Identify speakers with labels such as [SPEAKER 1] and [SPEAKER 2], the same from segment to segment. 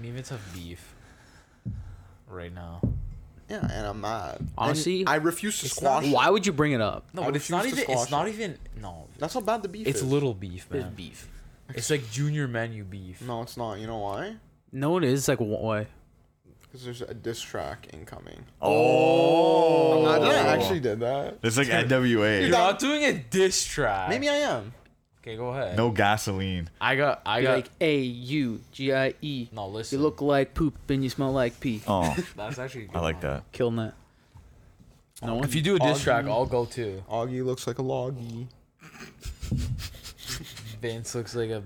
[SPEAKER 1] Maybe it's a beef. Right now.
[SPEAKER 2] Yeah, and I'm not. And
[SPEAKER 3] Honestly,
[SPEAKER 2] I refuse to
[SPEAKER 1] it's
[SPEAKER 2] squash.
[SPEAKER 1] not-
[SPEAKER 2] it.
[SPEAKER 3] Why would you bring it up?
[SPEAKER 1] No,
[SPEAKER 2] I
[SPEAKER 1] but it's
[SPEAKER 2] refuse
[SPEAKER 1] not
[SPEAKER 2] to
[SPEAKER 1] even.
[SPEAKER 2] squash
[SPEAKER 1] It's not
[SPEAKER 2] it.
[SPEAKER 1] even. No,
[SPEAKER 2] That's how bad the beef
[SPEAKER 1] it's
[SPEAKER 2] is.
[SPEAKER 1] little beef,
[SPEAKER 3] It's
[SPEAKER 1] man.
[SPEAKER 3] beef.
[SPEAKER 1] It's like junior menu beef.
[SPEAKER 2] No, it's not. You know why?
[SPEAKER 3] No, it is like why?
[SPEAKER 2] Because there's a diss track incoming.
[SPEAKER 4] Oh,
[SPEAKER 2] I didn't actually did that.
[SPEAKER 4] it's like NWA.
[SPEAKER 1] You're not doing a diss track.
[SPEAKER 2] Maybe I am.
[SPEAKER 1] Okay, go ahead.
[SPEAKER 4] No gasoline.
[SPEAKER 1] I got. I
[SPEAKER 3] Be
[SPEAKER 1] got.
[SPEAKER 3] like A U G I E.
[SPEAKER 1] no,
[SPEAKER 3] You
[SPEAKER 1] listen.
[SPEAKER 3] look like poop and you smell like pee.
[SPEAKER 4] Oh,
[SPEAKER 1] That's actually. a good
[SPEAKER 4] I
[SPEAKER 1] one.
[SPEAKER 4] like that.
[SPEAKER 3] Killing that. No one.
[SPEAKER 1] If you do a diss track,
[SPEAKER 2] Augie.
[SPEAKER 1] I'll go too.
[SPEAKER 2] Augie looks like a loggy.
[SPEAKER 1] Vince looks like a.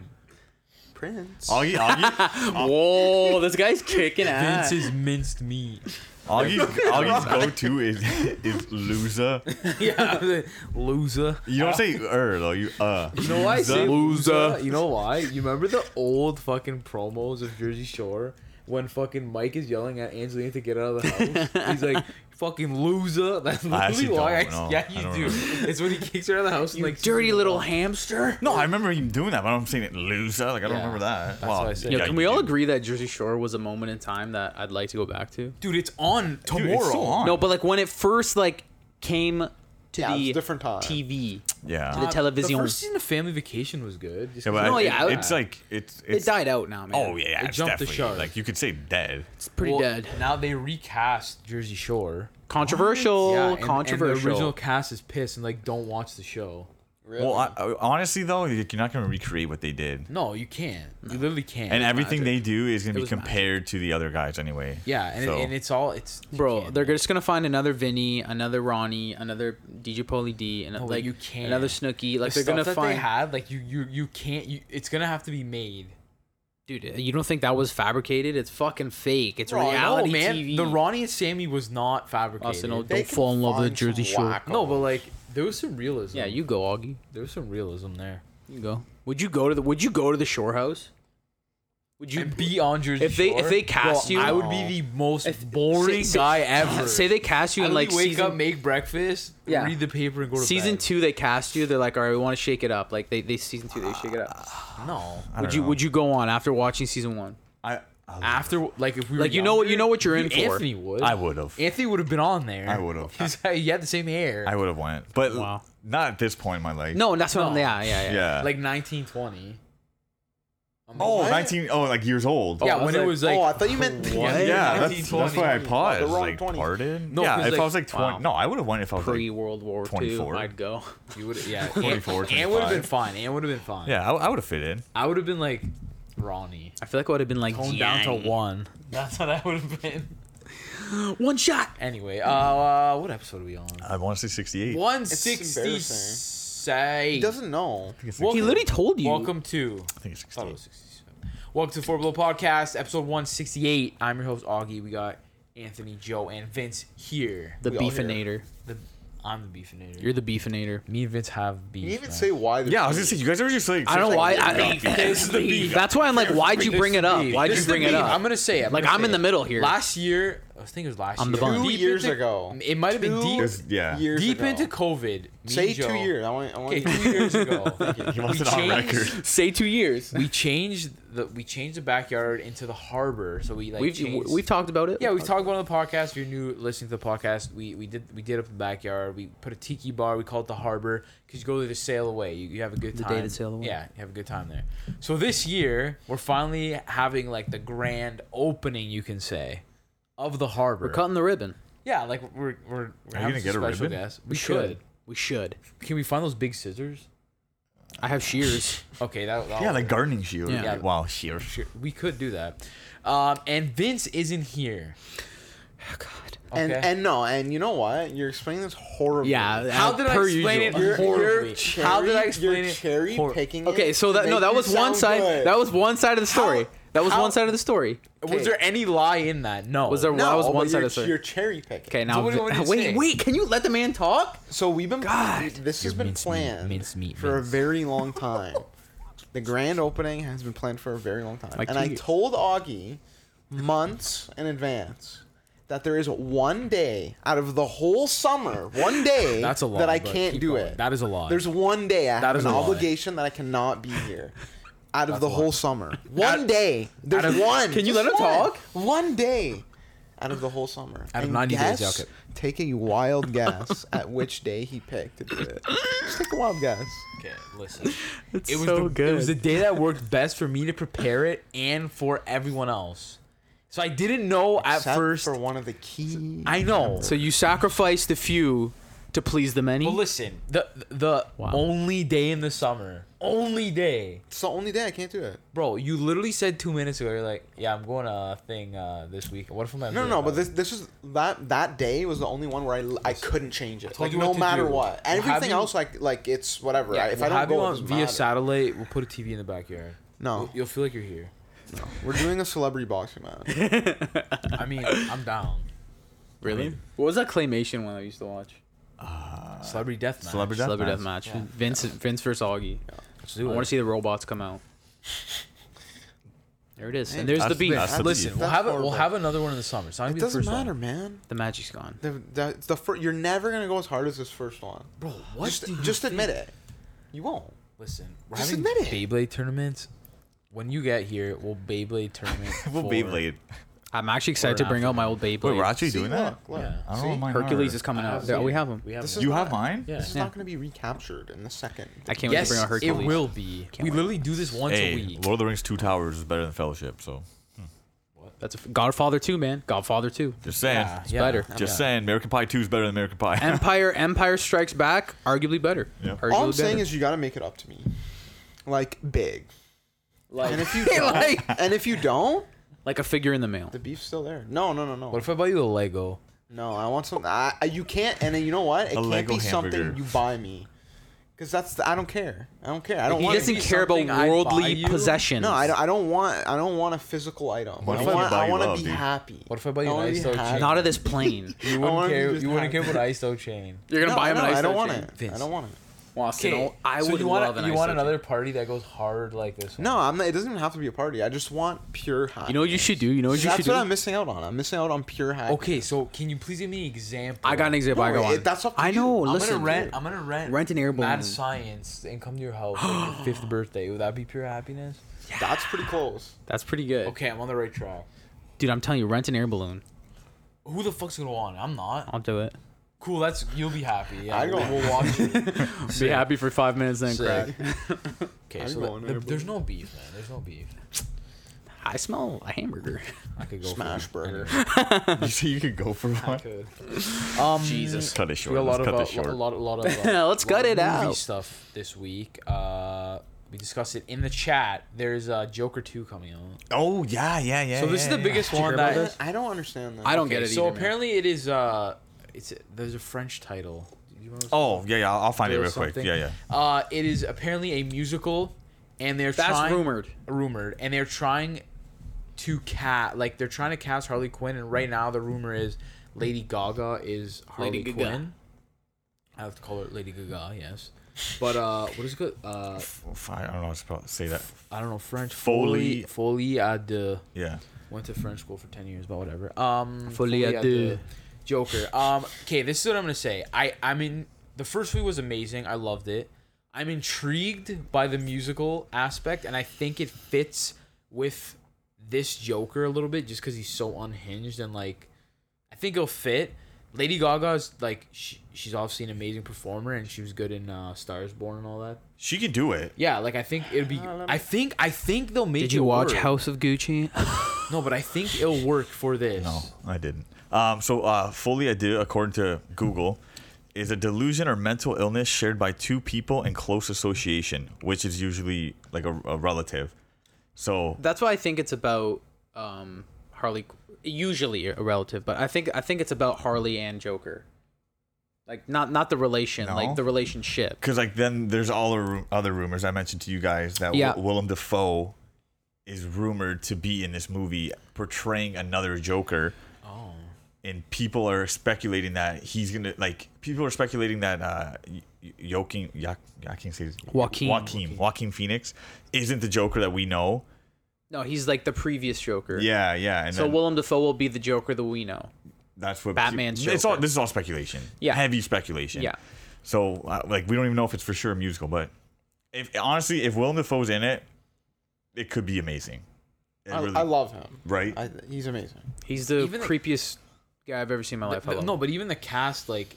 [SPEAKER 2] Prince.
[SPEAKER 4] Augie, Augie,
[SPEAKER 3] Whoa, this guy's kicking
[SPEAKER 2] Ah.
[SPEAKER 3] ass.
[SPEAKER 1] is minced meat.
[SPEAKER 4] Augie's, Augie's go-to is is loser.
[SPEAKER 1] yeah, loser.
[SPEAKER 4] You don't say er though. You uh.
[SPEAKER 1] You know why I say
[SPEAKER 4] Loser.
[SPEAKER 1] loser? You know why? You remember the old fucking promos of Jersey Shore when fucking Mike is yelling at Angelina to get out of the house? He's like, fucking loser. That's
[SPEAKER 4] I
[SPEAKER 1] literally
[SPEAKER 4] actually
[SPEAKER 1] why
[SPEAKER 4] don't
[SPEAKER 1] I.
[SPEAKER 4] know.
[SPEAKER 1] Yeah,
[SPEAKER 4] I
[SPEAKER 1] you
[SPEAKER 4] don't
[SPEAKER 1] do. It's when he kicks her out of the house. and
[SPEAKER 3] You
[SPEAKER 1] like
[SPEAKER 3] dirty
[SPEAKER 1] season
[SPEAKER 3] little
[SPEAKER 1] one.
[SPEAKER 3] hamster.
[SPEAKER 4] No, I remember him doing that, but I'm saying it loser. Like I
[SPEAKER 1] Yeah.
[SPEAKER 4] don't remember that.
[SPEAKER 1] That's what I said.
[SPEAKER 3] Yo,
[SPEAKER 1] Yeah,
[SPEAKER 3] can we all agree that Jersey Shore was a moment in time that I'd like to go back to?
[SPEAKER 1] Dude, it's on tomorrow.
[SPEAKER 4] Dude, it's still on.
[SPEAKER 3] No, but like when it first like came to
[SPEAKER 2] Yeah, it was
[SPEAKER 3] the
[SPEAKER 2] a different time.
[SPEAKER 3] TV,
[SPEAKER 4] yeah.
[SPEAKER 3] the television.
[SPEAKER 1] The first season of Family Vacation was good. Just
[SPEAKER 4] Yeah,
[SPEAKER 1] 'cause
[SPEAKER 4] but
[SPEAKER 3] No,
[SPEAKER 4] I-
[SPEAKER 3] yeah,
[SPEAKER 4] it-
[SPEAKER 3] I-
[SPEAKER 4] it's like it's
[SPEAKER 3] it
[SPEAKER 4] it's.
[SPEAKER 3] died out now, man.
[SPEAKER 4] oh yeah,
[SPEAKER 1] It
[SPEAKER 4] it's
[SPEAKER 1] jumped the
[SPEAKER 4] definitely
[SPEAKER 1] shark.
[SPEAKER 4] like you could say dead.
[SPEAKER 3] it's pretty
[SPEAKER 1] Well,
[SPEAKER 3] dead.
[SPEAKER 1] Now they recast Jersey Shore.
[SPEAKER 3] Controversial,
[SPEAKER 1] Yeah, and-
[SPEAKER 3] controversial.
[SPEAKER 1] And the original cast is pissed and like don't watch the show.
[SPEAKER 2] Really?
[SPEAKER 4] Well, I, I- honestly though, like, you're not gonna recreate what they did,
[SPEAKER 1] No, you can't. You literally can't.
[SPEAKER 4] and everything they do is gonna
[SPEAKER 3] It
[SPEAKER 4] be
[SPEAKER 3] was
[SPEAKER 4] compared to the other guys anyway.
[SPEAKER 1] Yeah, and,
[SPEAKER 4] So-
[SPEAKER 1] it, and it's all it's you
[SPEAKER 3] Bro,
[SPEAKER 1] can't,
[SPEAKER 3] they're
[SPEAKER 1] man.
[SPEAKER 3] just gonna find another Vinny, another Ronnie, another DJ Poly D, and
[SPEAKER 1] Oh, but
[SPEAKER 3] like
[SPEAKER 1] you can't.
[SPEAKER 3] another Snooky. Like
[SPEAKER 1] The
[SPEAKER 3] they're
[SPEAKER 1] stuff
[SPEAKER 3] gonna
[SPEAKER 1] that
[SPEAKER 3] find.
[SPEAKER 1] they had like you you you can't. You, it's gonna have to be made.
[SPEAKER 3] Dude, you don't think that was fabricated? It's fucking fake. It's
[SPEAKER 1] Bro, Oh, no,
[SPEAKER 3] reality
[SPEAKER 1] man.
[SPEAKER 3] TV.
[SPEAKER 1] The Ronnie and Sammy was not fabricated.
[SPEAKER 3] Austin, don't
[SPEAKER 2] They can
[SPEAKER 3] fall in love with
[SPEAKER 2] find
[SPEAKER 3] Jersey
[SPEAKER 2] some
[SPEAKER 3] Shore.
[SPEAKER 2] wacko.
[SPEAKER 1] no, but like there was some realism.
[SPEAKER 3] yeah, you go, Augie.
[SPEAKER 1] there was some realism there.
[SPEAKER 3] You go. Would you go to the? Would you go to the Shore House? Would you
[SPEAKER 1] And be on Jersey
[SPEAKER 3] If they- if
[SPEAKER 1] Shore,
[SPEAKER 3] they cast
[SPEAKER 1] bro,
[SPEAKER 3] you-
[SPEAKER 1] I would be the most
[SPEAKER 3] If-
[SPEAKER 1] boring
[SPEAKER 3] say- say-
[SPEAKER 1] guy ever.
[SPEAKER 3] say they cast you
[SPEAKER 1] I
[SPEAKER 3] in like
[SPEAKER 1] like wake
[SPEAKER 3] season,
[SPEAKER 1] up, make breakfast,
[SPEAKER 3] Yeah.
[SPEAKER 1] read the paper, and go to
[SPEAKER 3] season
[SPEAKER 1] bed.
[SPEAKER 3] two? They cast you. They're like, all right, we want to shake it up. Like they, they season two, they shake it up.
[SPEAKER 1] No,
[SPEAKER 4] I
[SPEAKER 3] Would
[SPEAKER 4] don't
[SPEAKER 3] you
[SPEAKER 4] know.
[SPEAKER 3] would you go on after watching season one?
[SPEAKER 4] I I
[SPEAKER 1] after like if we were
[SPEAKER 3] Like, you know what- you
[SPEAKER 1] younger,
[SPEAKER 3] know what you're in
[SPEAKER 1] Anthony
[SPEAKER 3] for.
[SPEAKER 1] Anthony would.
[SPEAKER 4] I would have.
[SPEAKER 1] Anthony would have been on there.
[SPEAKER 4] I would've.
[SPEAKER 1] He's he had the same hair.
[SPEAKER 4] I would have went, but
[SPEAKER 3] Wow.
[SPEAKER 4] not at this point in my life.
[SPEAKER 3] No, that's what. I'm,
[SPEAKER 1] No.
[SPEAKER 3] yeah, yeah, yeah.
[SPEAKER 4] Yeah.
[SPEAKER 1] like 1920. I'm
[SPEAKER 4] oh,
[SPEAKER 1] like,
[SPEAKER 4] 19 Oh, like years old.
[SPEAKER 1] yeah,
[SPEAKER 3] I was
[SPEAKER 1] when it
[SPEAKER 3] like,
[SPEAKER 1] was like
[SPEAKER 2] oh, I thought you meant.
[SPEAKER 1] What?
[SPEAKER 4] Yeah, that's, that's
[SPEAKER 1] 19,
[SPEAKER 4] why I
[SPEAKER 2] 20.
[SPEAKER 4] paused.
[SPEAKER 2] The wrong
[SPEAKER 4] like,
[SPEAKER 2] 20.
[SPEAKER 4] pardon?
[SPEAKER 1] No,
[SPEAKER 4] yeah,
[SPEAKER 1] 'cause,
[SPEAKER 4] if
[SPEAKER 1] like-
[SPEAKER 4] I was like 20.
[SPEAKER 3] wow.
[SPEAKER 4] No, I would have won if I was
[SPEAKER 3] Pre
[SPEAKER 4] like.
[SPEAKER 3] World War
[SPEAKER 4] 24.
[SPEAKER 3] Two, I'd go.
[SPEAKER 1] you would yeah,
[SPEAKER 4] 24,
[SPEAKER 1] Ann would have been
[SPEAKER 4] 25.
[SPEAKER 1] oh, fine. Ann would have been fine.
[SPEAKER 4] Yeah, I, I would have fit in.
[SPEAKER 1] I would have been like Ronnie,
[SPEAKER 3] I feel like I would have been like
[SPEAKER 1] honed down to
[SPEAKER 3] "Dang."
[SPEAKER 1] one. That's what I would have been.
[SPEAKER 3] one shot.
[SPEAKER 1] Anyway, uh, uh, what episode are we on?
[SPEAKER 4] I want to say 68.
[SPEAKER 2] He
[SPEAKER 1] 167.
[SPEAKER 2] doesn't know.
[SPEAKER 1] Welcome-
[SPEAKER 3] He literally Oh, told you.
[SPEAKER 1] Welcome to.
[SPEAKER 4] I think it's
[SPEAKER 1] I thought it was
[SPEAKER 4] 68.
[SPEAKER 1] 67. Welcome to the Four Below Podcast, episode 168. I'm your host, Augie. We got Anthony, Joe, and Vince here.
[SPEAKER 3] The
[SPEAKER 1] We all here.
[SPEAKER 3] beefinator.
[SPEAKER 1] The, I'm the beefinator.
[SPEAKER 3] You're the beefinator.
[SPEAKER 1] Me and Vince have beef.
[SPEAKER 2] You didn't even
[SPEAKER 1] man.
[SPEAKER 2] say why. this
[SPEAKER 4] Yeah, I was
[SPEAKER 2] is.
[SPEAKER 4] going to say, you guys are just like.
[SPEAKER 3] I don't know why. I,
[SPEAKER 1] This is the beef.
[SPEAKER 3] that's why I'm like, why'd you
[SPEAKER 1] This
[SPEAKER 3] bring
[SPEAKER 1] is
[SPEAKER 3] it
[SPEAKER 1] the
[SPEAKER 3] up?
[SPEAKER 1] beef.
[SPEAKER 3] Why'd
[SPEAKER 1] This
[SPEAKER 3] you
[SPEAKER 1] is the
[SPEAKER 3] bring it
[SPEAKER 1] beef.
[SPEAKER 3] up?
[SPEAKER 1] I'm gonna say it.
[SPEAKER 3] Like,
[SPEAKER 1] gonna
[SPEAKER 3] I'm
[SPEAKER 1] say
[SPEAKER 3] in the
[SPEAKER 1] it.
[SPEAKER 3] middle here.
[SPEAKER 1] Last year, I was thinking it was last
[SPEAKER 3] I'm the
[SPEAKER 1] year.
[SPEAKER 3] bum.
[SPEAKER 2] Two
[SPEAKER 1] Deep
[SPEAKER 2] years
[SPEAKER 1] into-
[SPEAKER 2] ago.
[SPEAKER 1] It might have been
[SPEAKER 2] Two
[SPEAKER 1] deep.
[SPEAKER 4] It's- yeah.
[SPEAKER 2] years
[SPEAKER 1] Deep
[SPEAKER 2] ago.
[SPEAKER 1] into COVID. Me
[SPEAKER 2] Say
[SPEAKER 1] and Joe,
[SPEAKER 2] two years. I want. I want
[SPEAKER 1] Okay, two years ago.
[SPEAKER 4] He wants
[SPEAKER 1] We
[SPEAKER 4] it on
[SPEAKER 1] changed-
[SPEAKER 4] record.
[SPEAKER 3] Say two years.
[SPEAKER 1] we changed the we changed the backyard into the harbor. So we like
[SPEAKER 3] We've
[SPEAKER 1] changed-
[SPEAKER 3] we've talked about it.
[SPEAKER 1] Yeah, we talked about it on the podcast. If you're new listening to the podcast, we, we did we did up the backyard. We put a tiki bar. We call it the harbor because you go there to sail away. You, you have a good
[SPEAKER 3] The
[SPEAKER 1] time.
[SPEAKER 3] day to sail away.
[SPEAKER 1] Yeah, you have a good time there. So this year we're finally having like the grand opening, you can say, of the harbor.
[SPEAKER 3] We're cutting the ribbon.
[SPEAKER 1] yeah, like we're we're, we're
[SPEAKER 4] you
[SPEAKER 1] having
[SPEAKER 4] gonna
[SPEAKER 1] some
[SPEAKER 4] get a
[SPEAKER 1] special
[SPEAKER 4] ribbon?
[SPEAKER 1] guests. We, should.
[SPEAKER 3] We should.
[SPEAKER 1] Can we find those big scissors?
[SPEAKER 3] I have shears.
[SPEAKER 1] Okay, that, that
[SPEAKER 4] Yeah, like gardening shield.
[SPEAKER 3] Yeah.
[SPEAKER 4] Like, wow, shield.
[SPEAKER 1] we could do that. Um, and Vince isn't here.
[SPEAKER 3] oh, God.
[SPEAKER 2] And
[SPEAKER 1] Okay.
[SPEAKER 2] and no, and you know what? You're explaining this horribly.
[SPEAKER 3] Yeah.
[SPEAKER 1] How
[SPEAKER 3] uh,
[SPEAKER 1] did I
[SPEAKER 3] per
[SPEAKER 1] explain
[SPEAKER 3] usual.
[SPEAKER 1] it?
[SPEAKER 2] You're,
[SPEAKER 1] Horribly.
[SPEAKER 2] you're
[SPEAKER 1] How
[SPEAKER 2] cherry,
[SPEAKER 1] did I explain
[SPEAKER 2] you're
[SPEAKER 1] it?
[SPEAKER 2] Cherry
[SPEAKER 1] Hor-
[SPEAKER 2] picking. it
[SPEAKER 3] Okay, so
[SPEAKER 2] to
[SPEAKER 3] that no,
[SPEAKER 2] make
[SPEAKER 3] that
[SPEAKER 2] you
[SPEAKER 3] was one
[SPEAKER 2] sound
[SPEAKER 3] side.
[SPEAKER 2] good.
[SPEAKER 3] That was one side of the story. that was
[SPEAKER 1] how-
[SPEAKER 3] one side of the story.
[SPEAKER 1] Was there any lie in that? No.
[SPEAKER 3] Was there?
[SPEAKER 2] no,
[SPEAKER 3] that was one
[SPEAKER 2] but
[SPEAKER 3] side
[SPEAKER 2] you're,
[SPEAKER 3] of the story.
[SPEAKER 2] You're cherry picking.
[SPEAKER 3] okay,
[SPEAKER 1] So
[SPEAKER 3] now
[SPEAKER 1] what do you
[SPEAKER 3] vi-
[SPEAKER 1] want me to
[SPEAKER 3] wait,
[SPEAKER 1] say?
[SPEAKER 3] wait. Can you let the man talk?
[SPEAKER 2] So we've been.
[SPEAKER 3] God.
[SPEAKER 2] this has been
[SPEAKER 1] mince meat,
[SPEAKER 2] planned
[SPEAKER 1] mince meat,
[SPEAKER 2] for
[SPEAKER 1] mince.
[SPEAKER 2] a very long time. the grand opening has been planned for a very long time,
[SPEAKER 3] Like
[SPEAKER 2] and
[SPEAKER 3] two
[SPEAKER 2] I
[SPEAKER 3] years.
[SPEAKER 2] told Augie months in advance that there is one day out of the whole summer, one day
[SPEAKER 1] That's a lie,
[SPEAKER 2] that I
[SPEAKER 1] but
[SPEAKER 2] can't
[SPEAKER 1] keep
[SPEAKER 2] do
[SPEAKER 1] going.
[SPEAKER 2] it.
[SPEAKER 1] That is a lie.
[SPEAKER 2] There's one day I
[SPEAKER 1] That
[SPEAKER 2] have
[SPEAKER 1] is
[SPEAKER 2] an
[SPEAKER 1] a lie.
[SPEAKER 2] obligation that I cannot be here. out of the whole summer. One day. There's
[SPEAKER 3] out of-
[SPEAKER 2] one.
[SPEAKER 3] Can you
[SPEAKER 2] Just
[SPEAKER 3] let him
[SPEAKER 2] one.
[SPEAKER 3] talk?
[SPEAKER 2] One day out of the whole summer.
[SPEAKER 1] Out of
[SPEAKER 2] And
[SPEAKER 1] 90 days,
[SPEAKER 2] guess-
[SPEAKER 1] okay.
[SPEAKER 2] Take a wild guess at which day he picked to do it. Just take a wild guess.
[SPEAKER 1] Okay, listen.
[SPEAKER 3] It's
[SPEAKER 1] It was
[SPEAKER 3] so
[SPEAKER 1] the,
[SPEAKER 3] good.
[SPEAKER 1] It was the day that worked best for me to prepare it and for everyone else. So I didn't know at
[SPEAKER 2] Except
[SPEAKER 1] first.
[SPEAKER 2] for one of the key.
[SPEAKER 1] I know.
[SPEAKER 3] so you sacrifice the few to please the many.
[SPEAKER 1] but listen, the the
[SPEAKER 3] Wow.
[SPEAKER 1] only day in the summer, only day,
[SPEAKER 2] It's the only day I can't do it.
[SPEAKER 1] bro. You literally said two minutes ago. You're like, yeah, I'm going to a thing uh, this week. What if I'm not
[SPEAKER 2] No,
[SPEAKER 1] doing
[SPEAKER 2] no, no.
[SPEAKER 1] it?
[SPEAKER 2] But this, this is that that day was the only one where I, I couldn't change it.
[SPEAKER 1] told
[SPEAKER 2] Like
[SPEAKER 1] you
[SPEAKER 2] no
[SPEAKER 1] what to
[SPEAKER 2] matter
[SPEAKER 1] do.
[SPEAKER 2] what,
[SPEAKER 1] We'll have
[SPEAKER 2] everything
[SPEAKER 1] you-
[SPEAKER 2] else like like it's whatever. I, if
[SPEAKER 1] we'll
[SPEAKER 2] I don't
[SPEAKER 1] have
[SPEAKER 2] go
[SPEAKER 1] you
[SPEAKER 2] it
[SPEAKER 1] on
[SPEAKER 2] doesn't
[SPEAKER 1] via
[SPEAKER 2] matter.
[SPEAKER 1] satellite, we'll put a TV in the backyard.
[SPEAKER 2] No.
[SPEAKER 1] You'll- you'll feel like you're here.
[SPEAKER 2] We're doing a celebrity boxing match.
[SPEAKER 1] I mean, I'm down.
[SPEAKER 3] really? What was that claymation one I used to watch?
[SPEAKER 1] Celebrity death match.
[SPEAKER 4] Celebrity death
[SPEAKER 3] Celebrity
[SPEAKER 4] match.
[SPEAKER 3] Deathmatch. Vince Vince versus Augie.
[SPEAKER 1] Let's do
[SPEAKER 3] I
[SPEAKER 1] it.
[SPEAKER 3] want to see the robots come out. There it is. And there's the
[SPEAKER 4] that's-
[SPEAKER 3] beef.
[SPEAKER 4] that's the
[SPEAKER 1] Listen,
[SPEAKER 4] beef.
[SPEAKER 1] we'll
[SPEAKER 2] That's
[SPEAKER 1] have it.
[SPEAKER 2] horrible.
[SPEAKER 1] We'll have another one in the summer. It's not gonna
[SPEAKER 2] It
[SPEAKER 1] be the
[SPEAKER 2] doesn't
[SPEAKER 1] first
[SPEAKER 2] matter,
[SPEAKER 1] one.
[SPEAKER 2] man.
[SPEAKER 3] The magic's gone.
[SPEAKER 2] The, the, it's the fir- you're never gonna go as hard as this first one.
[SPEAKER 1] bro. What?
[SPEAKER 2] just
[SPEAKER 1] do you
[SPEAKER 2] just
[SPEAKER 1] think?
[SPEAKER 2] admit it. You won't.
[SPEAKER 1] Listen, we're
[SPEAKER 2] Just
[SPEAKER 1] having
[SPEAKER 2] admit it.
[SPEAKER 1] Beyblade tournaments. When you get here, we'll Beyblade tournament.
[SPEAKER 4] We'll
[SPEAKER 1] for-
[SPEAKER 4] Beyblade.
[SPEAKER 3] I'm actually excited to bring out my old Beyblade.
[SPEAKER 4] Wait, we're actually doing
[SPEAKER 2] See,
[SPEAKER 4] that.
[SPEAKER 2] Look, look.
[SPEAKER 1] Yeah.
[SPEAKER 4] I don't
[SPEAKER 2] See?
[SPEAKER 4] know what mine
[SPEAKER 3] Hercules
[SPEAKER 4] are.
[SPEAKER 3] is coming out.
[SPEAKER 1] I've
[SPEAKER 3] There,
[SPEAKER 1] seen
[SPEAKER 3] we
[SPEAKER 1] it.
[SPEAKER 3] have him.
[SPEAKER 1] We have
[SPEAKER 2] This
[SPEAKER 1] them.
[SPEAKER 2] is
[SPEAKER 4] You
[SPEAKER 2] not
[SPEAKER 4] have
[SPEAKER 2] gonna-
[SPEAKER 4] mine?
[SPEAKER 1] Yeah.
[SPEAKER 2] This is
[SPEAKER 3] Yeah.
[SPEAKER 2] not going to be recaptured in the second.
[SPEAKER 3] I can't wait
[SPEAKER 1] Yes,
[SPEAKER 3] to bring out
[SPEAKER 1] it
[SPEAKER 3] Hercules.
[SPEAKER 1] will be.
[SPEAKER 3] Can't
[SPEAKER 1] we
[SPEAKER 3] wait.
[SPEAKER 1] literally do this once a
[SPEAKER 4] Hey,
[SPEAKER 1] week.
[SPEAKER 4] Lord of the Rings Two Towers is better than Fellowship, so
[SPEAKER 3] That's a f- Godfather 2, man. Godfather 2.
[SPEAKER 4] just saying.
[SPEAKER 1] Yeah,
[SPEAKER 3] It's
[SPEAKER 1] yeah,
[SPEAKER 3] better.
[SPEAKER 1] yeah.
[SPEAKER 4] Just saying, American Pie Two is better than American Pie.
[SPEAKER 3] Empire Empire Strikes Back, arguably better.
[SPEAKER 4] Yeah.
[SPEAKER 3] Arguably
[SPEAKER 2] All I'm saying
[SPEAKER 3] better.
[SPEAKER 2] is you got to make it up to me, like big.
[SPEAKER 3] like,
[SPEAKER 2] And if you don't,
[SPEAKER 3] like
[SPEAKER 2] and if you don't,
[SPEAKER 3] like a figure in the mail.
[SPEAKER 2] the beef's still there. No, no, no,
[SPEAKER 1] What
[SPEAKER 2] no.
[SPEAKER 1] if I buy you a Lego?
[SPEAKER 2] No, I want something. I, I- you can't. And then you know what? It can't
[SPEAKER 4] Lego
[SPEAKER 2] be something
[SPEAKER 4] hamburger.
[SPEAKER 2] you buy me, because that's the, I don't care. I don't care. I don't
[SPEAKER 3] He
[SPEAKER 2] want.
[SPEAKER 3] doesn't
[SPEAKER 1] be
[SPEAKER 3] care about
[SPEAKER 1] something I buy
[SPEAKER 3] worldly
[SPEAKER 1] you?
[SPEAKER 3] possessions.
[SPEAKER 2] No, I don't, I don't want. I don't want a physical item.
[SPEAKER 4] What
[SPEAKER 2] I
[SPEAKER 4] if I
[SPEAKER 2] want.
[SPEAKER 4] buy
[SPEAKER 2] I
[SPEAKER 4] you
[SPEAKER 2] want to
[SPEAKER 4] love,
[SPEAKER 2] be
[SPEAKER 4] dude?
[SPEAKER 2] happy.
[SPEAKER 1] What if I buy you
[SPEAKER 2] I
[SPEAKER 1] an
[SPEAKER 2] wanna be
[SPEAKER 1] ice dog
[SPEAKER 2] happy.
[SPEAKER 1] chain?
[SPEAKER 3] Not of this plane.
[SPEAKER 1] You
[SPEAKER 2] I
[SPEAKER 1] wouldn't
[SPEAKER 2] wanna be
[SPEAKER 1] care.
[SPEAKER 2] just
[SPEAKER 1] You wouldn't
[SPEAKER 2] happy.
[SPEAKER 1] care about an ISO chain.
[SPEAKER 3] You're gonna
[SPEAKER 2] No,
[SPEAKER 3] buy him
[SPEAKER 2] no,
[SPEAKER 3] an ice
[SPEAKER 2] I don't
[SPEAKER 3] cream.
[SPEAKER 2] want it. I
[SPEAKER 1] Vince.
[SPEAKER 2] don't want it.
[SPEAKER 3] Austin,
[SPEAKER 1] Okay,
[SPEAKER 3] oh, I
[SPEAKER 1] so
[SPEAKER 3] would
[SPEAKER 1] you want
[SPEAKER 3] love an
[SPEAKER 1] you
[SPEAKER 3] ice
[SPEAKER 1] want
[SPEAKER 3] cream.
[SPEAKER 1] another party that goes hard like this? One.
[SPEAKER 2] No, I'm not, it doesn't even have to be a party. I just want pure high.
[SPEAKER 3] You know what you should do? You know what you
[SPEAKER 2] that's
[SPEAKER 3] should
[SPEAKER 2] what
[SPEAKER 3] do?
[SPEAKER 2] I'm missing out on. I'm missing out on pure high.
[SPEAKER 1] Okay, so can you please give me an example?
[SPEAKER 3] I got an example. I
[SPEAKER 2] No,
[SPEAKER 3] got
[SPEAKER 2] it-
[SPEAKER 3] one.
[SPEAKER 2] that's up to
[SPEAKER 3] I
[SPEAKER 2] you.
[SPEAKER 3] know.
[SPEAKER 2] I'm
[SPEAKER 1] I'm
[SPEAKER 3] listen,
[SPEAKER 1] gonna rent. I'm gonna rent.
[SPEAKER 3] Rent an air balloon.
[SPEAKER 1] Mad science and come to your house on your fifth birthday. Would that be pure happiness?
[SPEAKER 2] That's pretty close.
[SPEAKER 3] That's pretty good.
[SPEAKER 1] Okay, I'm on the right track.
[SPEAKER 3] Dude, I'm telling you, rent an air balloon.
[SPEAKER 1] Who the fuck's gonna want it? I'm not.
[SPEAKER 3] I'll do it.
[SPEAKER 1] Cool. That's you'll be happy. Yeah,
[SPEAKER 2] I don't-
[SPEAKER 1] we'll watch it.
[SPEAKER 3] Be happy for five minutes, then
[SPEAKER 1] Sick.
[SPEAKER 3] crack.
[SPEAKER 1] Okay,
[SPEAKER 2] I'm
[SPEAKER 1] so
[SPEAKER 2] going
[SPEAKER 1] the-
[SPEAKER 2] there,
[SPEAKER 1] the-
[SPEAKER 2] bro.
[SPEAKER 1] there's no beef, man. There's no beef.
[SPEAKER 3] I smell a hamburger.
[SPEAKER 1] I could go for
[SPEAKER 2] Smash
[SPEAKER 1] it.
[SPEAKER 2] burger.
[SPEAKER 4] you say you could go for
[SPEAKER 1] I
[SPEAKER 4] one.
[SPEAKER 1] could. Um,
[SPEAKER 4] Jesus, cut it
[SPEAKER 1] We
[SPEAKER 4] short.
[SPEAKER 1] got a lot
[SPEAKER 4] Let's
[SPEAKER 1] of
[SPEAKER 4] cut
[SPEAKER 1] uh,
[SPEAKER 4] this short.
[SPEAKER 1] a lot, a lot of uh,
[SPEAKER 3] Let's
[SPEAKER 1] lot
[SPEAKER 3] cut
[SPEAKER 1] of
[SPEAKER 3] it
[SPEAKER 1] movie
[SPEAKER 3] out.
[SPEAKER 1] stuff this week. Uh, we discussed it in the chat. There's uh, Joker two coming out.
[SPEAKER 4] Oh yeah, yeah, yeah.
[SPEAKER 1] So this is
[SPEAKER 4] yeah,
[SPEAKER 1] the
[SPEAKER 4] yeah.
[SPEAKER 1] biggest
[SPEAKER 3] you
[SPEAKER 1] one
[SPEAKER 3] hear about
[SPEAKER 1] that
[SPEAKER 3] this?
[SPEAKER 2] I don't understand that.
[SPEAKER 3] I don't get it
[SPEAKER 1] So
[SPEAKER 3] either, man.
[SPEAKER 1] apparently it is. Uh, it's there's a French title. Do you remember
[SPEAKER 4] Oh yeah, yeah. I'll find it
[SPEAKER 1] or
[SPEAKER 4] real
[SPEAKER 1] something?
[SPEAKER 4] quick. Yeah, yeah.
[SPEAKER 1] Uh, it is apparently a musical, and they're
[SPEAKER 3] That's
[SPEAKER 1] trying,
[SPEAKER 3] rumored.
[SPEAKER 1] rumored, and they're trying to cat like they're trying to cast Harley Quinn, and right now the rumor is Lady Gaga is Harley
[SPEAKER 3] Lady Gaga.
[SPEAKER 1] Quinn. I have to call her Lady Gaga, yes. But uh, what is it? called? Uh,
[SPEAKER 4] F- I don't know. how to spell- say that.
[SPEAKER 1] I don't know French.
[SPEAKER 4] Foley-
[SPEAKER 1] Foley à deux.
[SPEAKER 4] Yeah.
[SPEAKER 1] Went to French school for ten years, but whatever. Um,
[SPEAKER 3] Folie à
[SPEAKER 1] à
[SPEAKER 3] deux.
[SPEAKER 1] deux. Joker. Um, okay, this is what I'm gonna say. I I mean, the first week was amazing. I loved it. I'm intrigued by the musical aspect, and I think it fits with this Joker a little bit, just because he's so unhinged and like, I think he'll fit. Lady Gaga's like she, she's obviously an amazing performer, and she was good in uh, Stars Born and all that.
[SPEAKER 4] She can do it.
[SPEAKER 1] Yeah, like I think it'd be. I think I think they'll make.
[SPEAKER 3] Did you
[SPEAKER 1] it
[SPEAKER 3] watch
[SPEAKER 1] work.
[SPEAKER 3] House of Gucci?
[SPEAKER 1] No, but I think it'll work for this.
[SPEAKER 4] No, I didn't. Um, so, uh, folia do, according to Google, is a delusion or mental illness shared by two people in close association, which is usually like a, a relative. So,
[SPEAKER 3] That's why I think it's about um, Harley. Usually a relative, but I think I think it's about Harley and Joker. Like not not the relation,
[SPEAKER 4] No.
[SPEAKER 3] like the relationship.
[SPEAKER 4] because like then there's all the ru- other rumors I mentioned to you guys that
[SPEAKER 3] Yeah.
[SPEAKER 4] Will- Willem Dafoe is rumored to be in this movie portraying another Joker.
[SPEAKER 1] Oh.
[SPEAKER 4] and people are speculating that he's gonna like people are speculating that uh Y- Y- Joaquin Ya- I can't say his
[SPEAKER 3] Joaquin.
[SPEAKER 4] Joaquin Joaquin Phoenix isn't the Joker that we know.
[SPEAKER 3] No, he's like the previous Joker.
[SPEAKER 4] Yeah, yeah, and
[SPEAKER 3] So
[SPEAKER 4] then
[SPEAKER 3] Willem Dafoe will be the Joker that we know.
[SPEAKER 4] that's what
[SPEAKER 3] Batman's
[SPEAKER 4] It's all
[SPEAKER 3] Joker.
[SPEAKER 4] this is all speculation.
[SPEAKER 3] Yeah.
[SPEAKER 4] heavy speculation.
[SPEAKER 3] Yeah.
[SPEAKER 4] So uh, like we don't even know if it's for sure a musical, but if honestly if Willem Dafoe's in it, it could be amazing. It
[SPEAKER 2] I,
[SPEAKER 4] really-
[SPEAKER 2] I love him.
[SPEAKER 4] right?
[SPEAKER 2] I, he's amazing.
[SPEAKER 3] He's the
[SPEAKER 1] Even the-
[SPEAKER 3] creepiest guy I've ever seen in my life.
[SPEAKER 1] The-
[SPEAKER 3] I love
[SPEAKER 1] no,
[SPEAKER 3] him.
[SPEAKER 1] but even the cast, like,